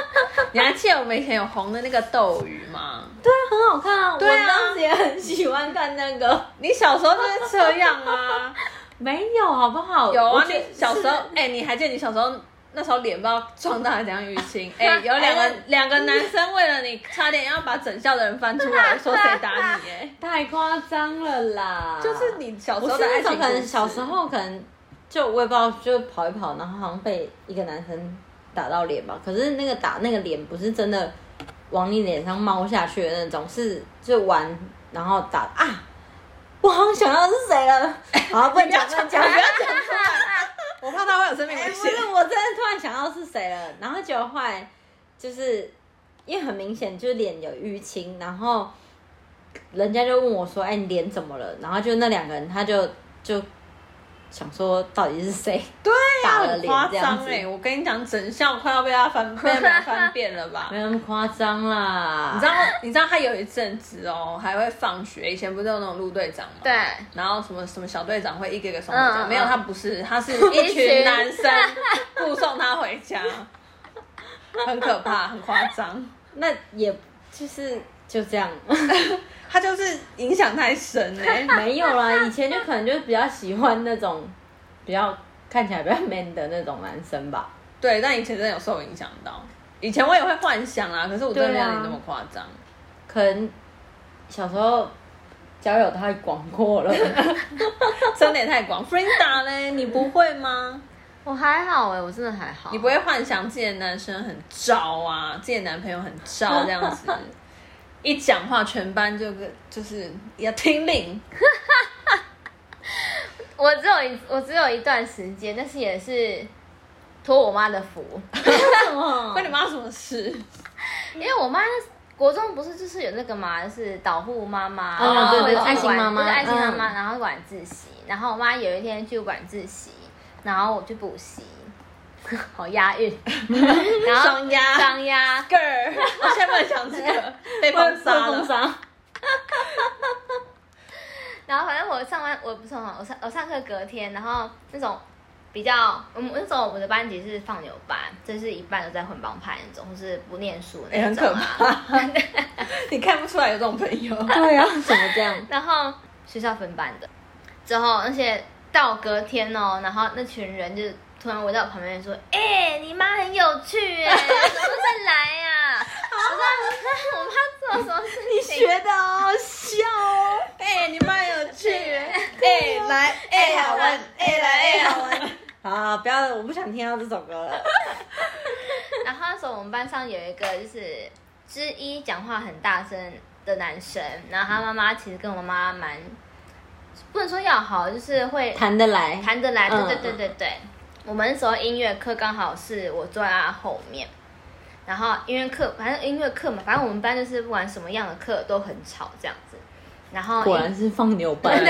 A: 你还记得我们以前有红的那个斗鱼吗？
B: 很好看啊，
A: 对啊
B: 我当时也很喜欢看那个，
A: 你小时候就是这样 啊，
B: 没有好不好？
A: 有
B: 我
A: 啊，
B: 觉得
A: 你小时候，哎、你还记得你小时候那时候脸不知道撞到还怎样淤 青？哎、有两个两个男生为了你，差点要把整校的人翻出来说谁打你、哎，
B: 太夸张了啦，
A: 就是你小时
B: 不
A: 候
B: 是
A: 的爱
B: 那
A: 情
B: 种，
A: 故
B: 可能
A: 事
B: 小时候可能就我也不知道，就跑一跑，然后好像被一个男生打到脸吧。可是那个打那个脸不是真的往你脸上猫下去的那种，是就玩然后打啊。我好像想到是谁了，好，不能讲，不能讲，不要讲。
A: 我怕他会有生命
B: 哎、
A: 危
B: 不
A: 险。
B: 是，我真的突然想到是谁了，然后结果后来就是因为很明显就是脸有淤青，然后人家就问我说：“哎、你脸怎么了？”然后就那两个人他就就想说到底是谁
A: 对
B: 打
A: 呀、
B: 了
A: 很
B: 脸
A: 夸
B: 这样
A: 张
B: 子
A: 哎！我跟你讲，整校快要被他 翻被他翻遍了吧？
B: 没有那么夸张啦，
A: 你知道，你知道他有一阵子哦，还会放学。以前不是有那种陆队长吗？
C: 对。
A: 然后什么什么小队长会一个一个送回家，
C: 嗯嗯
A: 没有他不是，他是一群
C: 群
A: 男 生护送他回家，很可怕，很夸张。
B: 那也就是就这样。 哎
A: 他就是影响太深欸了、
B: 没有啦，以前就可能就是比较喜欢那种比较看起来比较 man 的那种男生吧。
A: 对，但以前真的有受影响到，以前我也会幻想啊，可是我真的没有你那么夸张。
B: 可能小时候交友太广阔了，
A: 真的也太广。Frida 嘞，你不会吗？
C: 我还好哎、我真的还好。
A: 你不会幻想自己的男生很招啊，自己的男朋友很 招这样子，一讲话全班就个就是要听令。
C: 我只有一我只有一段时间，但是也是托我妈的福，
B: 哦
A: 关你妈什么事？
C: 因为我妈那国中不是就是有那个嘛，就是导护妈妈，
B: 哦
C: 然后
A: 对对
C: 有去
A: 爱
B: 心妈妈
C: 对爱心妈
A: 嗯
C: 妈，然后晚自习，然后我妈有一天去晚自习，然后我去补习， 好押 韵，然后
A: 双押
C: 双押，
A: girl，我现在不能讲这 个，被封杀了。
B: 杀。
C: 然后反正我上完我不是很好，我上我上课隔天，然后那种比较，我们那时候我们的班级是放牛班，就是一半都在混帮派那种，或是不念书
A: 哎、
C: 那
A: 很
C: 种、啊
A: 可怕，你看不出来有这种朋 友。
B: 对啊，怎么这样？
C: 然后学校分班的，之后而且到隔天哦，然后那群人就突然围到我旁边说：“哎、你妈很有趣哎、怎么再来呀、我说：“我妈做了什么事情？”
B: 的好笑哦。
A: 哎、你蛮有趣耶。哎、来，哎、好玩，哎、来，哎、好玩。
B: 啊，不要，我不想听到这首歌了。
C: 然后那时候我们班上有一个就是之一讲话很大声的男生，然后他妈妈其实跟我妈蛮不能说要好，就是会
B: 谈得来，
C: 谈得来。对
B: 嗯
C: 对对对对，我们那时候音乐课刚好是我坐在他后面，然后音乐课反正音乐课嘛，反正我们班就是不管什么样的课都很吵这样子。然后
B: 果然是放牛 班。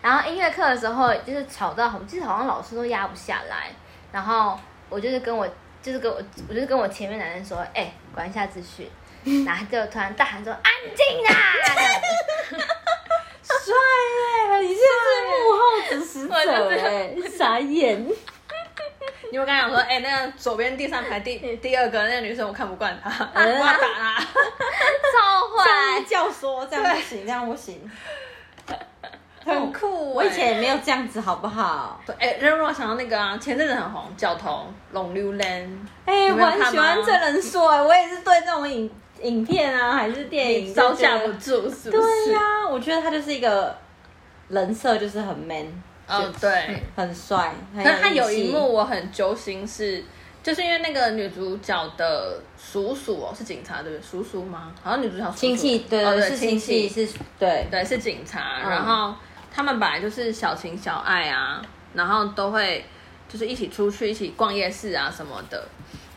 C: 然后音乐课的时候就是吵到，我记得好像老师都压不下来。然后我就是跟我就是跟我我就是跟我前面男生说，哎、管一下 秩序。然后他就突然大喊说：“安静啊！”
B: 帅哎，你现在是幕后指使者 哎，傻眼。
A: 你有没有跟他讲说，哎、那个左边第三排第
B: 嗯
A: 第二个那个女生，我看不惯她， 我要打她。
C: 超坏，
B: 教唆这样不行，这样不行。哦
A: 很酷、哎
B: 我以前也没有这样子，好不好？
A: 对，哎、让我想到那个啊，前阵子很红，角头龙溜兰，
B: 哎、
A: 你
B: 我
A: 没有
B: 很
A: 看
B: 喜欢
A: 吗
B: 郑人硕、哎，我也是对这种影影片啊，还是电影
A: 招
B: 就觉
A: 架
B: 得
A: 不住，是不
B: 对
A: 是？
B: 呀、我觉得他就是一个人设，就是很 man，
A: 嗯，对。
B: 很帅。很
A: 可是他
B: 义
A: 有一
B: 气
A: 幕我很揪心是，就是因为那个女主角的叔叔哦，是警察对不对？叔叔吗？好像女主角叔叔
B: 亲戚，对
A: 哦、
B: 对
A: 对
B: 是亲戚，是对
A: 对，是警察。
B: 嗯
A: 然后他们本来就是小情小爱啊，然后都会就是一起出去，一起逛夜市啊什么的。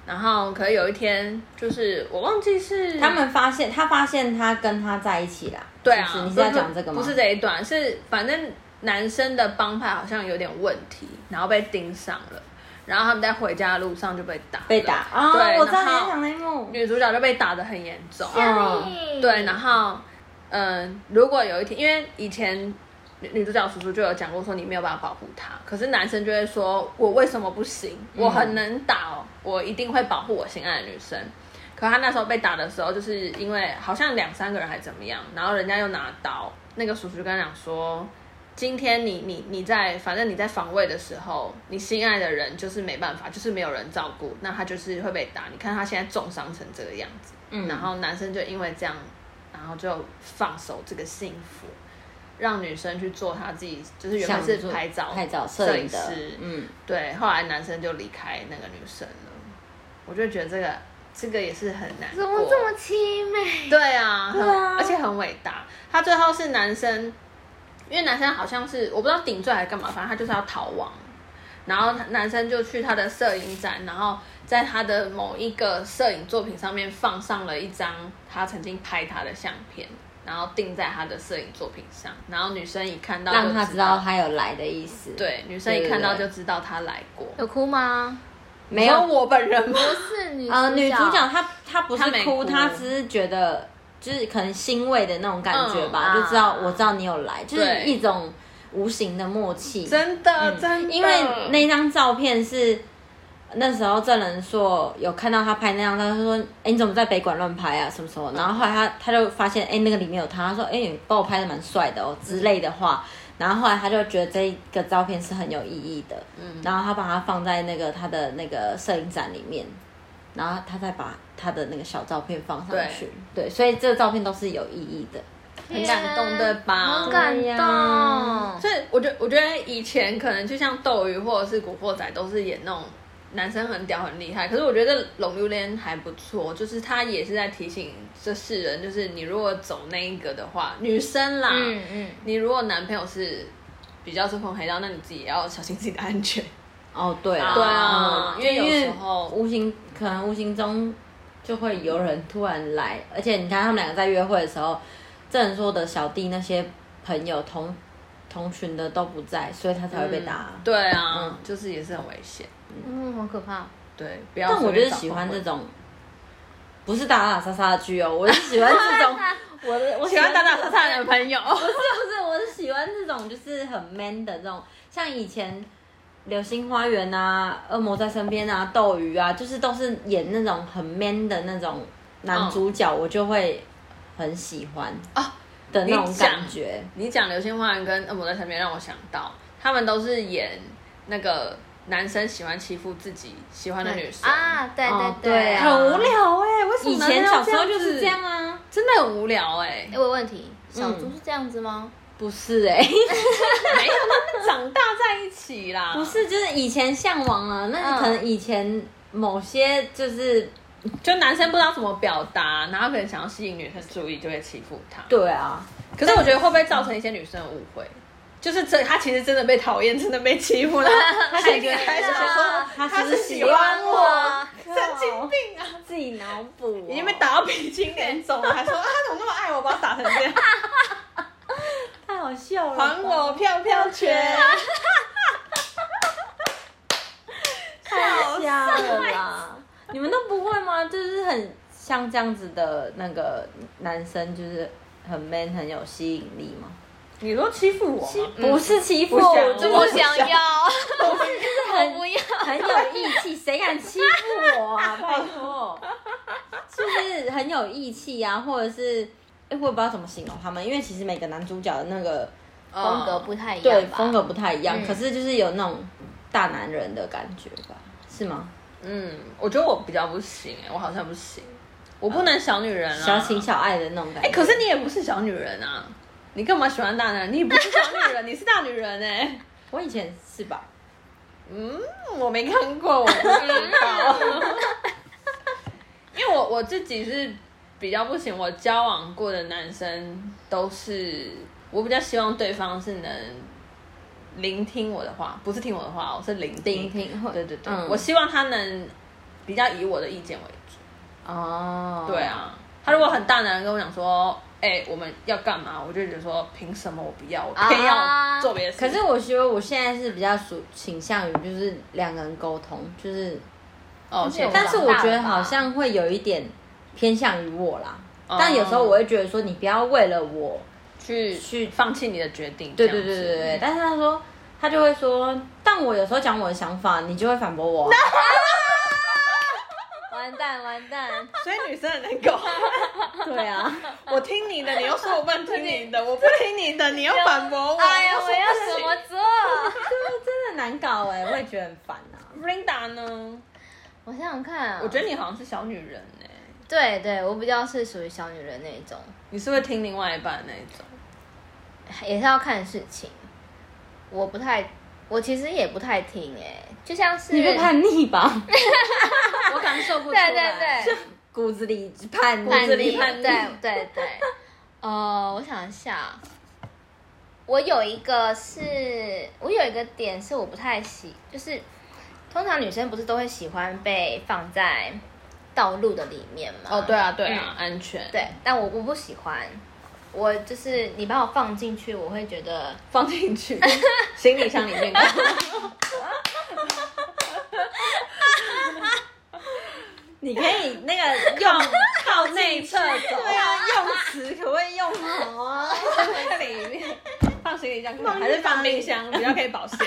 A: 然后可是有一天，就是我忘记是
B: 他们发现他发现他跟他在一起啦。
A: 对啊，
B: 是不是你是
A: 不
B: 在讲这个吗？
A: 不是这一段，是反正男生的帮派好像有点问题，然后被盯上了，然后他们在回家的路上就被打了，
B: 被打啊！
A: 对，
B: 我知道你
A: 然
B: 在
A: 后
B: 讲那一幕。
A: 女主角就被打得很严重，
B: 嗯
C: 嗯
A: 对，然后嗯、呃如果有一天，因为以前女女主角叔叔就有讲过说你没有办法保护她，可是男生就会说我为什么不行？我很能打、哦，我一定会保护我心爱的女生。可他那时候被打的时候，就是因为好像两三个人还怎么样，然后人家又拿刀，那个叔叔跟他讲说，今天你你你在反正你在防卫的时候，你心爱的人就是没办法，就是没有人照顾，那他就是会被打。你看他现在重伤成这个样子，
B: 嗯
A: 然后男生就因为这样，然后就放手这个幸福，让女生去做她自己，就是原本
B: 想
A: 是
B: 做
A: 拍照
B: 拍照
A: 摄
B: 摄
A: 影
B: 影的
A: 师，，
B: 嗯，
A: 对，后来男生就离开那个女生了，我就觉得这个这个也是很难过，
C: 怎么这么凄美？
A: 对啊，很
B: 对啊
A: 而且很伟大。他最后是男生，因为男生好像是我不知道顶罪还是干嘛，反正他就是要逃亡。然后男生就去他的摄影展，然后在他的某一个摄影作品上面放上了一张他曾经拍他的相片，然后定在他的摄影作品上。然后女生一看到就
B: 让他知道他有来的意思。，
A: 对，女生一看到
B: 对对
A: 就知道他来过。
C: 有哭吗？
B: 没有
A: 我本人吗？
C: 不是女
B: 呃，女主角她她不是
A: 她没
B: 哭，
A: 哭
B: 她只是觉得就是可能欣慰的那种感觉吧，
C: 嗯
B: 就知道我知道你有来，就是
A: 对
B: 一种无形的默契。
A: 真的，真的，
B: 嗯因为那张照片是那时候郑仁硕有看到他拍那张照，他说：“哎、你怎么在北馆乱拍啊？什么什
A: 嗯
B: 么？”然后后来他他就发现，哎、那个里面有他，他说：“哎、你帮我拍的蛮帅的哦之类的话。”
A: 嗯
B: 然后后来他就觉得这个照片是很有意义的，嗯，然后他把它放在那个他的那个摄影展里面，然后他再把他的那个小照片放上去，对，所以这个照片都是有意义的，
A: 很感动对吧
C: 很啊感
B: 对呀
C: 动。
A: 所以我觉得，我觉得以前可能就像斗鱼或者是古惑仔，都是演那种男生很屌很厉害。可是我觉得《龙榴莲》还不错，就是他也是在提醒这世人，就是你如果走那一个的话，女生啦，
C: 嗯嗯，
A: 你如果男朋友是比较是碰黑道，那你自己也要小心自己的安全。
B: 哦，对啊，
A: 对啊
B: 嗯
A: 因为有
B: 因为
A: 时候
B: 无形可能无形中就会有人突然来，而且你看他们两个在约会的时候，郑仁硕的小弟那些朋友同同群的都不在，所以他才会被打。
A: 嗯对啊，
B: 嗯
A: 就是也是很危险。
C: 嗯，好可怕。
A: 对，不要。
B: 但我就是喜欢这，种，不是打打杀杀的剧哦，我是喜欢 这种，我的我
A: 喜欢打打杀杀的男朋友。
B: 不是，我是喜欢这种就是很 man 的这种，像以前《流星花园》啊，《恶魔在身边》啊，《斗鱼》啊，就是都是演那种很 man 的那种男主角，我就会很喜欢
A: 啊
B: 的那种
A: 你讲
B: 感觉。
A: 你讲《流星花园》跟《恶魔在身边》，让我想到他们都是演那个男生喜欢欺负自己喜欢的女生，
C: 啊，对
B: 哦
C: 对
B: 对啊
A: 很无聊哎、为什么
B: 以
A: 男生
B: 前
A: 要
B: 小时候就是
A: 子
B: 这，样啊，
A: 真的很无聊 哎、
C: 哎，我有问题，
B: 嗯
C: 小猪是这样子吗？
B: 不是哎、
A: 没有，他们长大在一起啦，
B: 不是，就是以前向往啊，那
C: 嗯
B: 可能以前某些就是
A: 就男生不知道怎么表达，然后可能想要吸引女生注意，就会欺负她。
B: 对啊，
A: 可是我觉得会不会造成一些女生的误会？就是这，他其实真的被讨厌，真的被欺 负了。他
B: 感
A: 觉
B: 觉
A: 还
B: 是
A: 想
B: 说
A: 说
B: 他
A: 他
B: 是
A: 是
B: 喜
A: 喜
B: 欢
A: 欢
B: 我
A: 我，
B: 神
A: 神经病啊！
B: 自己脑补哦、
A: 已经被打到鼻青脸肿了，还说啊，怎么那么爱我，把我打成 这样，
B: 太好笑了吧，
A: 还我票票圈。
B: 太瞎了啦！你们都不会吗？就是很像这样子的那个男生，就是很 man，很有吸引力吗？
A: 你都欺负我吗？
B: 不是欺负，
A: 不想
B: 我
A: 嗯我
B: 就
A: 不
B: 是
A: 想
C: 要，
B: 很
C: 我不要。
B: 很有义气，谁敢欺负 我啊？拜托，就是很有义气啊，或者是。哎，我也不知道怎么形容他们，因为其实每个男主角的那个
A: 嗯
C: 风格不太一样
B: 对
C: 吧？
B: 风格不太一样，
C: 嗯
B: 可是就是有那种大男人的感觉吧，是吗？
A: 嗯，我觉得我比较不行、欸，我好像不行，我不能小女人啊，
B: 小情。小爱的那种感觉。
A: 哎、可是你也不是小女人啊，你干嘛喜欢大男人？你不是小女人，你是大女人哎、
B: 我以前是吧？
A: 我没看过，我不 知道。因为我我自己是比较不行，我交往过的男生都是，我比较希望对方是能聆听我的话，不是听我的话哦，我是聆听。
B: 聆听会
A: 对对对，
B: 嗯
A: 我希望他能比较以我的意见为主。
B: 哦，
A: 对，啊，他如果很大男人跟我讲说，哎、我们要干嘛，我就觉得说，凭什么我不要，我偏
C: 啊
A: 要做别的事情。
B: 可是我觉得我现在是比较属倾向于就是两个人沟通，就是，
A: 哦，谢谢
B: 但是我觉
C: 长大
B: 得
C: 了吧
B: 好像会有一点偏向于我啦。
A: 哦
B: 但有时候我会觉得说，你不要为了我
A: 去
B: 去
A: 放弃你的决定。
B: 对
A: 这
B: 对
A: 样
B: 对
A: 子
B: 对对，但是他说他就会说，但我有时候讲我的想法，你就会反 驳我啊、
C: 完蛋完蛋，
A: 所以女生很能够。
B: 对啊，
A: 我听你的，你又说我不能听你的，我不听你的，你又反驳我。
C: 哎呀，
A: 又说
C: 我要
A: 不
C: 怎
A: 行
C: 么做？
B: 啊真的难搞哎、我也觉得很烦啊。
A: Rinda 呢？
C: 我想想看啊，
A: 我觉得你好像是小女人哎、
C: 对对，我比较是属于小女人那一种，
A: 你是会听另外一半那一种。
C: 也是要看事情。我不太，我其实也不太听哎、就像是
B: 你被叛逆吧？
A: 我感受不出
C: 对
A: 来。
C: 对对，
B: 骨子里叛逆，
A: 骨子里叛
C: 对
A: 逆
C: 对对。呃，我想一下，我有一个是，我有一个点是我不太喜，就是通常女生不是都会喜欢被放在道路的里面吗？
A: 哦，对啊，对啊，安全。，
C: 对，但我我不喜欢，我就是你把我放进去，我会觉得
A: 放进去行李箱里面。
B: 你可以那个用靠内侧走，对啊，用词可不可以用好啊？
A: 在里面放行李箱可以，还是放冰箱比较可以保鲜。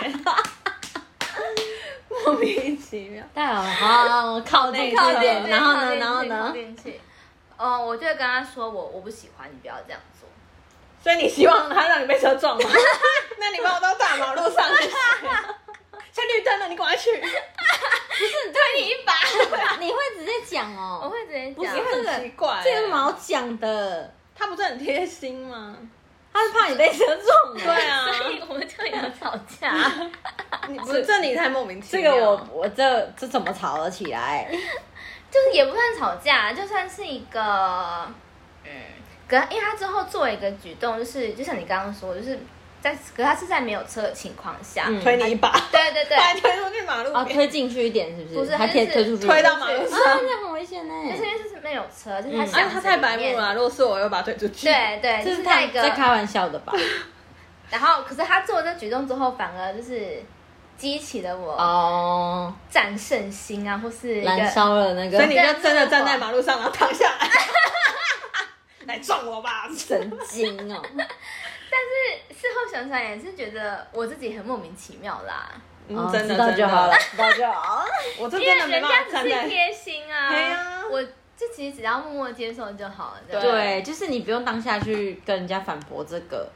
A: 莫名其妙。
B: 对啊，好靠内
A: 靠
B: 侧，
A: 近
B: 然后
C: 呃靠
B: 呢，
C: 进
B: 然后
C: 去靠
B: 呢？
C: 进去。哦，我就会跟他说我我不喜欢，你不要这样 做。
A: 所以你希望他让你被车撞吗？那你把我到大马路上去，现在绿灯了，你赶快去。
C: 推你一把，
B: 你会直接讲
C: 我
B: 哦？
C: 会直接
B: 不是
C: 讲。
A: 这很奇怪、欸
B: 这有什么？好讲的？
A: 他不是很贴心吗？
B: 他是怕你被车 撞。
A: 对，啊，
C: 所以 我们就有吵架，
A: 你不是这你太莫名其
B: 这
A: 妙。
B: 个我我这这怎么吵了起来？
C: 就是也不算吵架，就算是一个，嗯，可因为他之后做一个举动，就是就像你刚刚说，就是在，可他是在没有车的情况下，
B: 嗯
A: 推你一把，
C: 对对对，
A: 把你推出哦去马路
B: 哦，
A: 边，
B: 推进去一点是不是？
C: 不是
B: 还可以
C: 他
B: 推
C: 是
B: 出去，
A: 推到马路
B: 啊，
A: 上。
B: 这很危险呢。
C: 就是因为就是没有车，就是他
A: 哎、
B: 嗯
C: 想、
A: 他太白目了、。如果是我，我又把他推出去。
C: 对对，
B: 这
C: 就是是
B: 他
C: 那一个
B: 在开玩笑的吧？
C: 然后，可是他做这举动之后，反而就是激起了我
B: 哦，
C: 战胜心啊，或是一
B: 燃
C: 个
B: 烧了那个，
A: 所以你就真的站在马路上，然后躺 下来，来撞我吧！
B: 神经哦。
C: 事后想想也是觉得我自己很莫名其妙啦，
A: 嗯，
B: 哦
A: 真的
B: 知道
A: 真
B: 就好了
A: 的，，
B: 知道就好。
A: 我这
C: 因
A: 真
C: 为
A: 的没
C: 人
A: 办
C: 家
A: 法
C: 只
A: 站在
C: 是。贴心啊，
A: 对啊
C: 我就其实只要默默接受就好了，对吧
B: 对，就是你不用当下去跟人家反驳这个。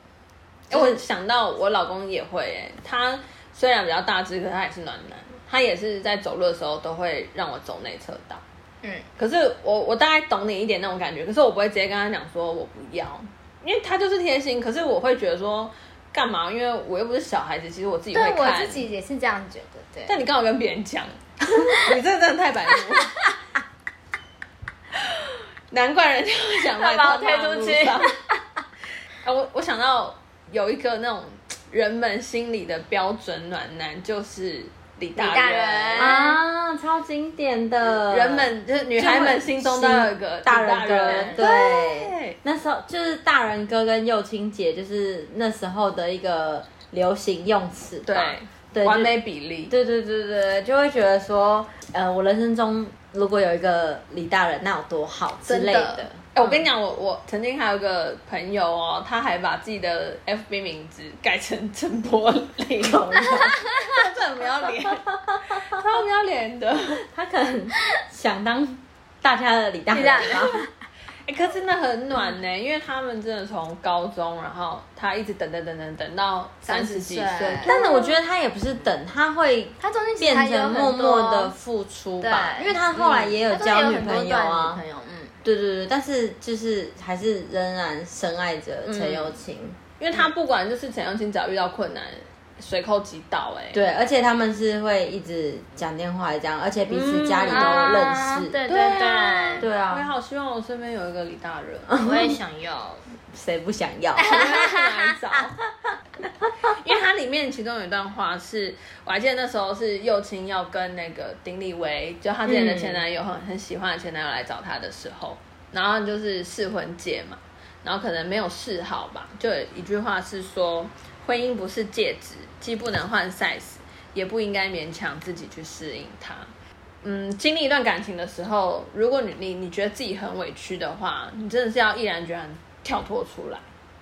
A: 哎、我想到我老公也会、欸，他虽然比较大只，可是他也是暖男，他也是在走路的时候都会让我走内侧道。
C: 嗯，
A: 可是我我大概懂你一点那种感觉，可是我不会直接跟他讲说我不要，因为他就是贴心，可是我会觉得说干嘛？因为我又不是小孩子，其实我自己会
C: 对
A: 看。
C: 我自己也是这样觉得，对。
A: 但你刚好跟别人讲， 你这真的太白目了。 难怪人家会想把你
C: 把我
A: 放在
C: 推出
A: 马路
C: 去
A: 上啊， 我我想到有一个那种人们心里的标准暖男，就是李大
C: 李大人
B: 啊，超经典的，
A: 人们就是女孩们心中都有一个
B: 大
A: 嗯李大
B: 人哥，
A: 人
B: 对，那时候就是大人哥跟幼青姐，就是那时候的一个流行用词吧，
A: 对
B: 对，
A: 完
B: 就
A: 美比例。
B: 对对对对，对就会觉得说，呃，我人生中如果有一个李大人，那有多好之类
A: 哎、
B: 的。
A: 我跟你讲，我我曾经还有个朋友哦，他还把自己的 FB 名字改成陈柏霖，哦 这很不要脸，超不要脸的。
B: 他可能想当大家的李大人
C: 李
B: 吧
C: 大。
A: 哎、可真的很暖呢、因为他们真的从高中，然后他一直等等等等等到三十几
C: 30
A: 岁
C: 岁，
B: 但是我觉得他也不是等，他会
C: 他中间其实
B: 变
C: 还有
B: 成
C: 很
B: 默
C: 多
B: 默的，付出吧，
C: 对嗯
B: 因为他后来也有
C: 他中间
B: 交
C: 有
B: 女
C: 很多
B: 朋友
C: 段
B: 啊
C: 女，朋友，嗯，
B: 对对对，但是就是还是仍然深爱着
C: 嗯
B: 陈友情，
A: 因为他不管就是陈永清，只要遇到困难，随口即到、哎，
B: 对，而且他们是会一直讲电话这样，而且彼此家里
A: 啊
B: 都认识，
C: 对
A: 对啊
C: 对
B: 对
A: 我也
B: 啊，
A: 好希望我身边有一个李大人。
C: 我也想要，
B: 谁不想 要？
A: 来找，因为它里面其中有一段话是，我还记得那时候是幼青要跟那个丁立威，就她之前的前男友很很喜欢的前男友来找她的时候，然后就是试婚戒嘛，然后可能没有试好吧，就有一句话是说，婚姻不是戒指，既不能换 size，也不应该勉强自己去适应它。嗯，经历一段感情的时候，如果你你你觉得自己很委屈的话，你真的是要毅然决然跳脱出来。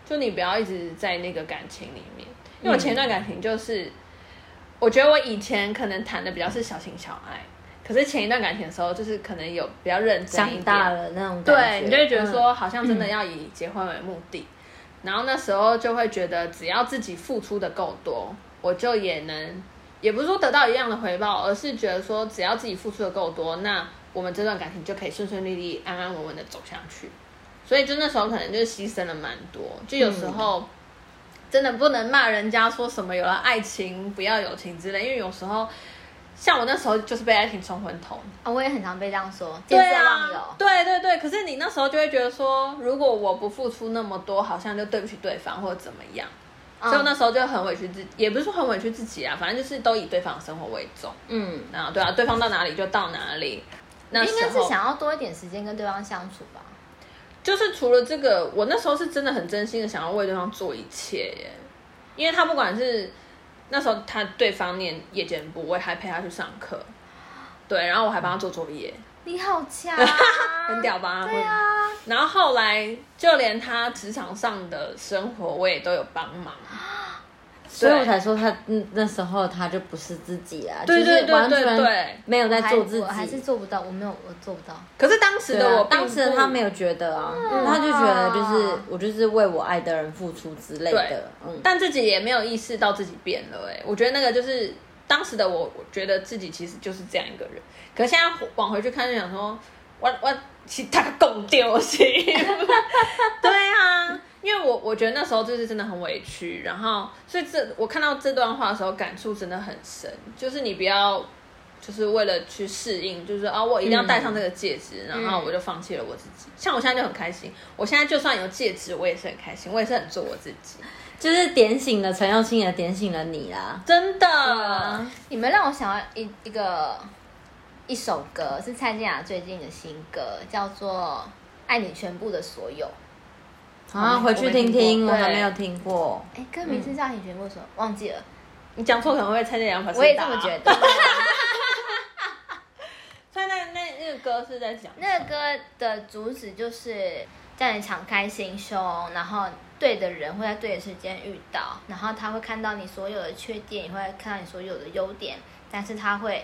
A: 就你不要一直在那个感情里面，因为我前一段感情就是，我觉得我以前可能谈的比较是小情小爱，可是前一段感情的时候，就是可能有比较认真一
B: 长
A: 点，
B: 大了那种
A: 对
B: 感
A: 你就
B: 觉，
A: 会觉得说，好像真的要以结婚为目的，然后那时候就会觉得，只要自己付出的够多，我就也能，也不是说得到一样的回报，而是觉得说，只要自己付出的够多，那我们这段感情就可以顺顺利利、安安稳稳的走下去。所以就那时候可能就牺牲了蛮多，就有时候真的不能骂人家说什么有了爱情不要友情之类，因为有时候像我那时候就是被爱情冲昏头，
C: 啊，我也很常被这样说，见
A: 对
C: 色忘友。
A: 啊，对对对。可是你那时候就会觉得说，如果我不付出那么多，好像就对不起对方或者怎么样。
B: 啊
C: 嗯
A: 所以我那时候就很委屈自己，也不是说很委屈自己啊，反正就是都以对方的生活为重。
B: 嗯，
A: 然后对啊，对方到哪里就到哪里。那时
C: 应该是
A: 候
C: 想要多一点时间跟对方相处吧。
A: 就是除了这个，我那时候是真的很真心的想要为对方做一切耶，因为他不管是那时候他对方念夜间部，我也还陪他去上课，对，然后我还帮他做作业，
C: 你好强、啊
A: 很屌吧？
C: 对啊，
A: 然后后来就连他职场上的生活，我也都有帮忙。
B: 所以我才说他嗯那时候他就不是自己啊，
A: 对对
B: 就是完
A: 对对
B: 全
A: 对
B: 没有在
C: 还
B: 做自己，
C: 我还是做不到，我没有，我做不到。
A: 可是当时
B: 对
A: 的
B: 啊
A: 我，嗯
B: 当时他没
A: 有，
B: 有觉得啊，他就觉得就是我就是为我爱的人付出之类
A: 嗯对
B: 的，嗯，
A: 但自己也没有意识到自己变了、哎，我觉得那个就是当时的我，我觉得自己其实就是这样一个人。可是现在往回去看，就想说，我我其他更丢心。对啊，因为我我觉得那时候就是真的很委屈，然后所以这我看到这段话的时候，感触真的很深，就是你不要。就是为了去适应，就是啊、我一定要戴上这个戒指，然后我就放弃了我自己。像我现在就很开心，我现在就算有戒指，我也是很开心，我也是很做我自己，
B: 就是点醒了陈耀青，也点醒了你啊啦。
A: 真的。呃
C: 嗯
A: 啊
C: 你们让我想到一一个一首歌，是蔡健雅最近的新歌，叫做《爱你全部的所有》。
B: 啊，回去
A: 听
B: 听听，我
A: 过
B: 还
A: 对
B: 没有听过。
C: 哎，歌名
B: 嗯
C: 是叫《爱你全部的所有》，忘记了。
A: 你讲错可能会参加两百，
C: 我也这么 觉。得。
A: 所以那那那个歌是在讲
C: 那个歌的主旨就是叫你敞开心胸，然后对的人会在对的时间遇到，然后他会看到你所有的缺点，也会看到你所有的优点，但是他会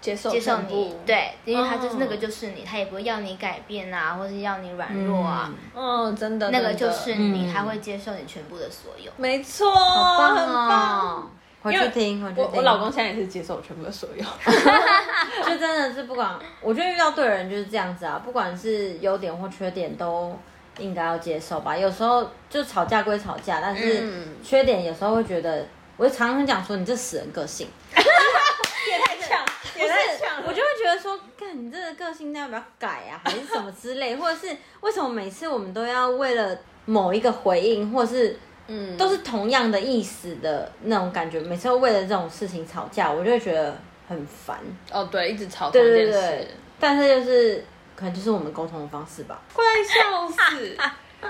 A: 接受
C: 接受
A: 全
C: 你
A: 部，，
C: 对，因为他就
A: 哦
C: 是那个就是你，他也不会要你改变啊，或是要你软弱啊，
A: 嗯，真的
C: 那个
A: 真的
C: 就是
B: 嗯
C: 你，他会接受你全部的所有。
A: 没错，
B: 好棒
A: 很
B: 哦
A: 棒。！
B: 回去听，回去
A: 我
B: 听。
A: 我老公现在也是接受我全部的 所有，
B: 就真的是不管，我觉得遇到对的人就是这样子啊，不管是优点或缺点都应该要接受吧。有时候就吵架归吵架，但是
A: 嗯
B: 缺点有时候会觉得，我就常常讲说你这死人个性，
A: 也太强，也太强
B: 我就会觉得说，看你这个个性，要不要改啊， 还是什么之类，或者是为什么每次我们都要为了某一个回应，或者是
A: 嗯
B: 都是同样的意思的那种感觉，每次都为了这种事情吵架，我就会觉得很烦。
A: 哦对，一直吵同
B: 对
A: 一件
B: 对对
A: 事，，
B: 但是就是可能就是我们沟通的方式吧。
A: 快笑 死！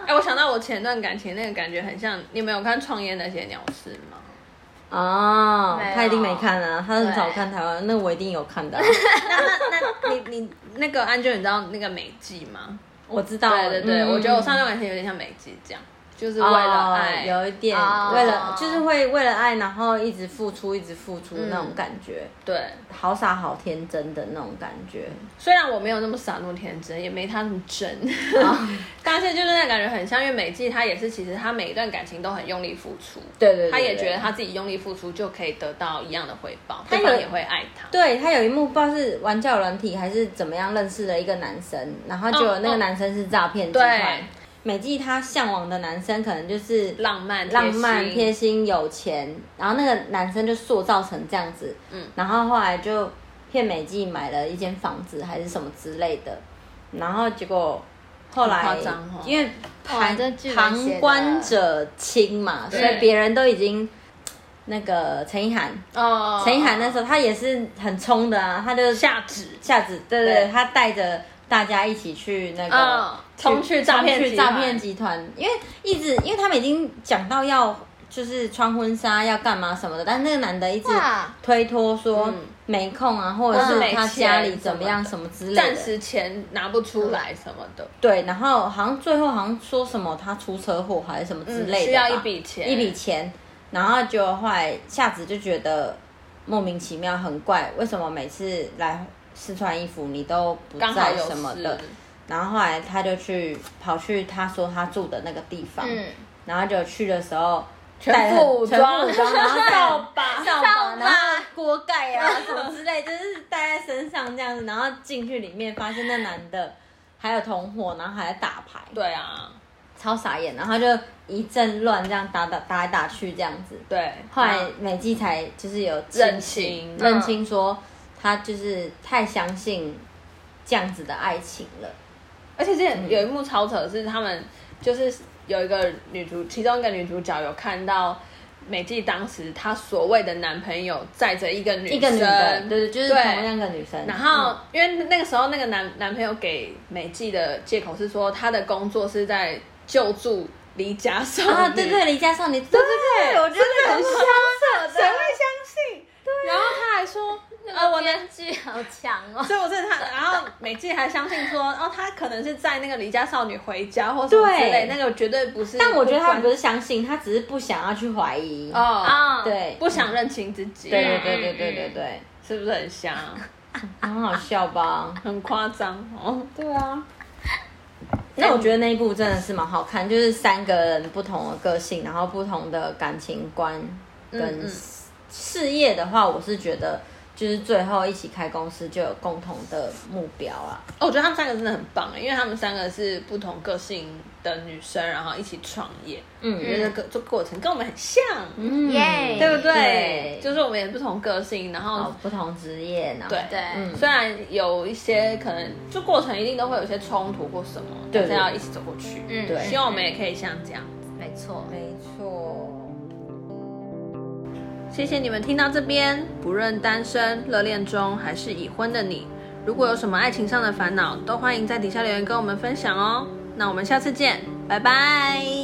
A: 哎，我想到我前段感情那个感觉很像，你们有看《创业那些鸟事》吗？
B: 哦
C: 没，有
B: 他一定没看啊，他很少
C: 对
B: 看台湾，那我一定有看的啊、
A: 那那那 你你那个安娟，你知道那个美纪吗？
B: 我知道，
A: 对对对，
B: 嗯
A: 我觉得我上段感情有点像美姬这样，就是为
B: 哦
A: 了爱。
B: 有一点
C: 哦
B: 为了就是会为了爱，然后一直付出，一直付出
A: 嗯
B: 那种感觉，
A: 对，
B: 好傻好天真的那种感觉。
A: 虽然我没有那么傻那么天真，也没他那么真，
B: 哦
A: 但是就是那感觉很像，因为美纪她也是，其实她每一段感情都很用力付出，
B: 对对对，
A: 她也觉得
B: 他
A: 她自己用力付出就可以得到一样的回报，
B: 她
A: 对
B: 有
A: 方也会爱她。
B: 对他有一幕，不知道是玩教软体还是怎么样认识了一个男生，然后就有那个
A: 嗯嗯
B: 男生是诈骗集团
A: 对。
B: 美纪她向往的男生可能就是
A: 浪漫、
B: 浪漫、贴
A: 贴心，
B: 心、有钱，然后那个男生就塑造成这样子，嗯，然后后来就骗美纪买了一间房子还是什么之类的，然后结果后来、
A: 很夸张哦
B: 因为
C: 哇
B: 旁
C: 这剧本写
B: 旁
C: 得
B: 观者清嘛，所
A: 对
B: 以别人都已经那个陈意涵，
A: 哦，
B: 陈意涵那时候她也是很冲的啊，她就
A: 下旨，
B: 下子，对对对，
A: 对
B: 她带着大家一起去那个。
A: 嗯，冲去诈骗
B: 去
A: 集
B: 诈
A: 团
B: 骗，集团，因为一直因为他们已经讲到要就是穿婚纱要干嘛什么的，但那个男的一直
C: 哇
B: 推脱说
A: 嗯
B: 没空啊，或者
A: 或者
B: 是
A: 没
B: 他
A: 钱
B: 家里怎么样
A: 什
B: 什么之类
A: 暂
B: 的。
A: 时钱拿不出来什么的，
B: 对，然后好像最后好像说什么他出车祸还是什么之类的吧、
A: 嗯需要一笔钱
B: 一笔钱，然后就后来夏子就觉得莫名其妙很怪，为什么每次来试穿衣服你都不
A: 刚好
B: 在
A: 有
B: 什么
A: 事
B: 的？然后后来他就去跑去他说他住的那个地方，
C: 嗯，
B: 然后就去的时候带
A: 全
B: 了
A: 副武
B: 全副
A: 装，
B: 武装，然后带
A: 扫 把，
B: 扫
C: 扫
B: 把，
C: 把
B: 然后锅盖啊什么之类，就是带在身上这样子，然后进去里面发现那男 的还有同伙，然后还在打牌，
A: 对啊，
B: 超傻眼，然后他就一阵乱这样打打打来打去这样子，
A: 对，
B: 后来嗯美纪才就是有
A: 认
B: 清
A: 清
B: 认清说他就是太相信这样子的爱情了，
A: 而且之前有一幕超扯的是，他们就是有一个女主，其中一个女主角有看到美纪当时她所谓的男朋友载着一个女生，
B: 一个女的，对对，就是同
A: 对
B: 样的女生，
A: 然后
B: 嗯，
A: 因为那个时候那个男男朋友给美纪的借口是说，他的工作是在救助离家少女。
B: 啊，对对，
A: 谁
B: 离家少女，对对对，我觉得很像，
A: 会相信？然后他还说，呃，我男
C: 编剧好强哦，
A: 所以我真的他，然后美纪还相信说，哦，他可能是在那个离家少女回家或什么之类，
B: 对
A: 那个绝对不是不管。
B: 但我觉得他不是相信，他只是不想要去怀疑，
A: 哦，
C: 啊，
B: 对，嗯
A: 不想认清自己，
B: 对对对对对对对，
A: 是不是很像？
B: 很好笑吧？
A: 很夸张哦。对啊，
B: 那我觉得那一部真的是蛮好看，就是三个人不同的个性，然后不同的感情观
A: 嗯
B: 跟
A: 嗯
B: 事事业的话，我是觉得就是最后一起开公司就有共同的目标啦。
A: 哦我觉得他们三个真的很棒欸，因为他们三个是不同个性的女生，然后一起创业，我
B: 嗯
A: 觉得这个这过程跟我们很像，
B: 嗯
C: 耶
A: 对不
B: 对
A: 对？就是我们也不同个性，然
B: 然
A: 后
B: 后不同职业，然后
A: 对
C: 对
B: 嗯
A: 虽然有一些可能，就过程一定都会有一些冲突或什么，
B: 对
A: 但是要一起走过去。
C: 嗯
B: 对
A: 希望我们也可以像这样。
C: 没错，
B: 没错。
A: 谢谢你们听到这边，不论单身、热恋中还是已婚的你，如果有什么爱情上的烦恼，都欢迎在底下留言跟我们分享哦。那我们下次见，拜拜。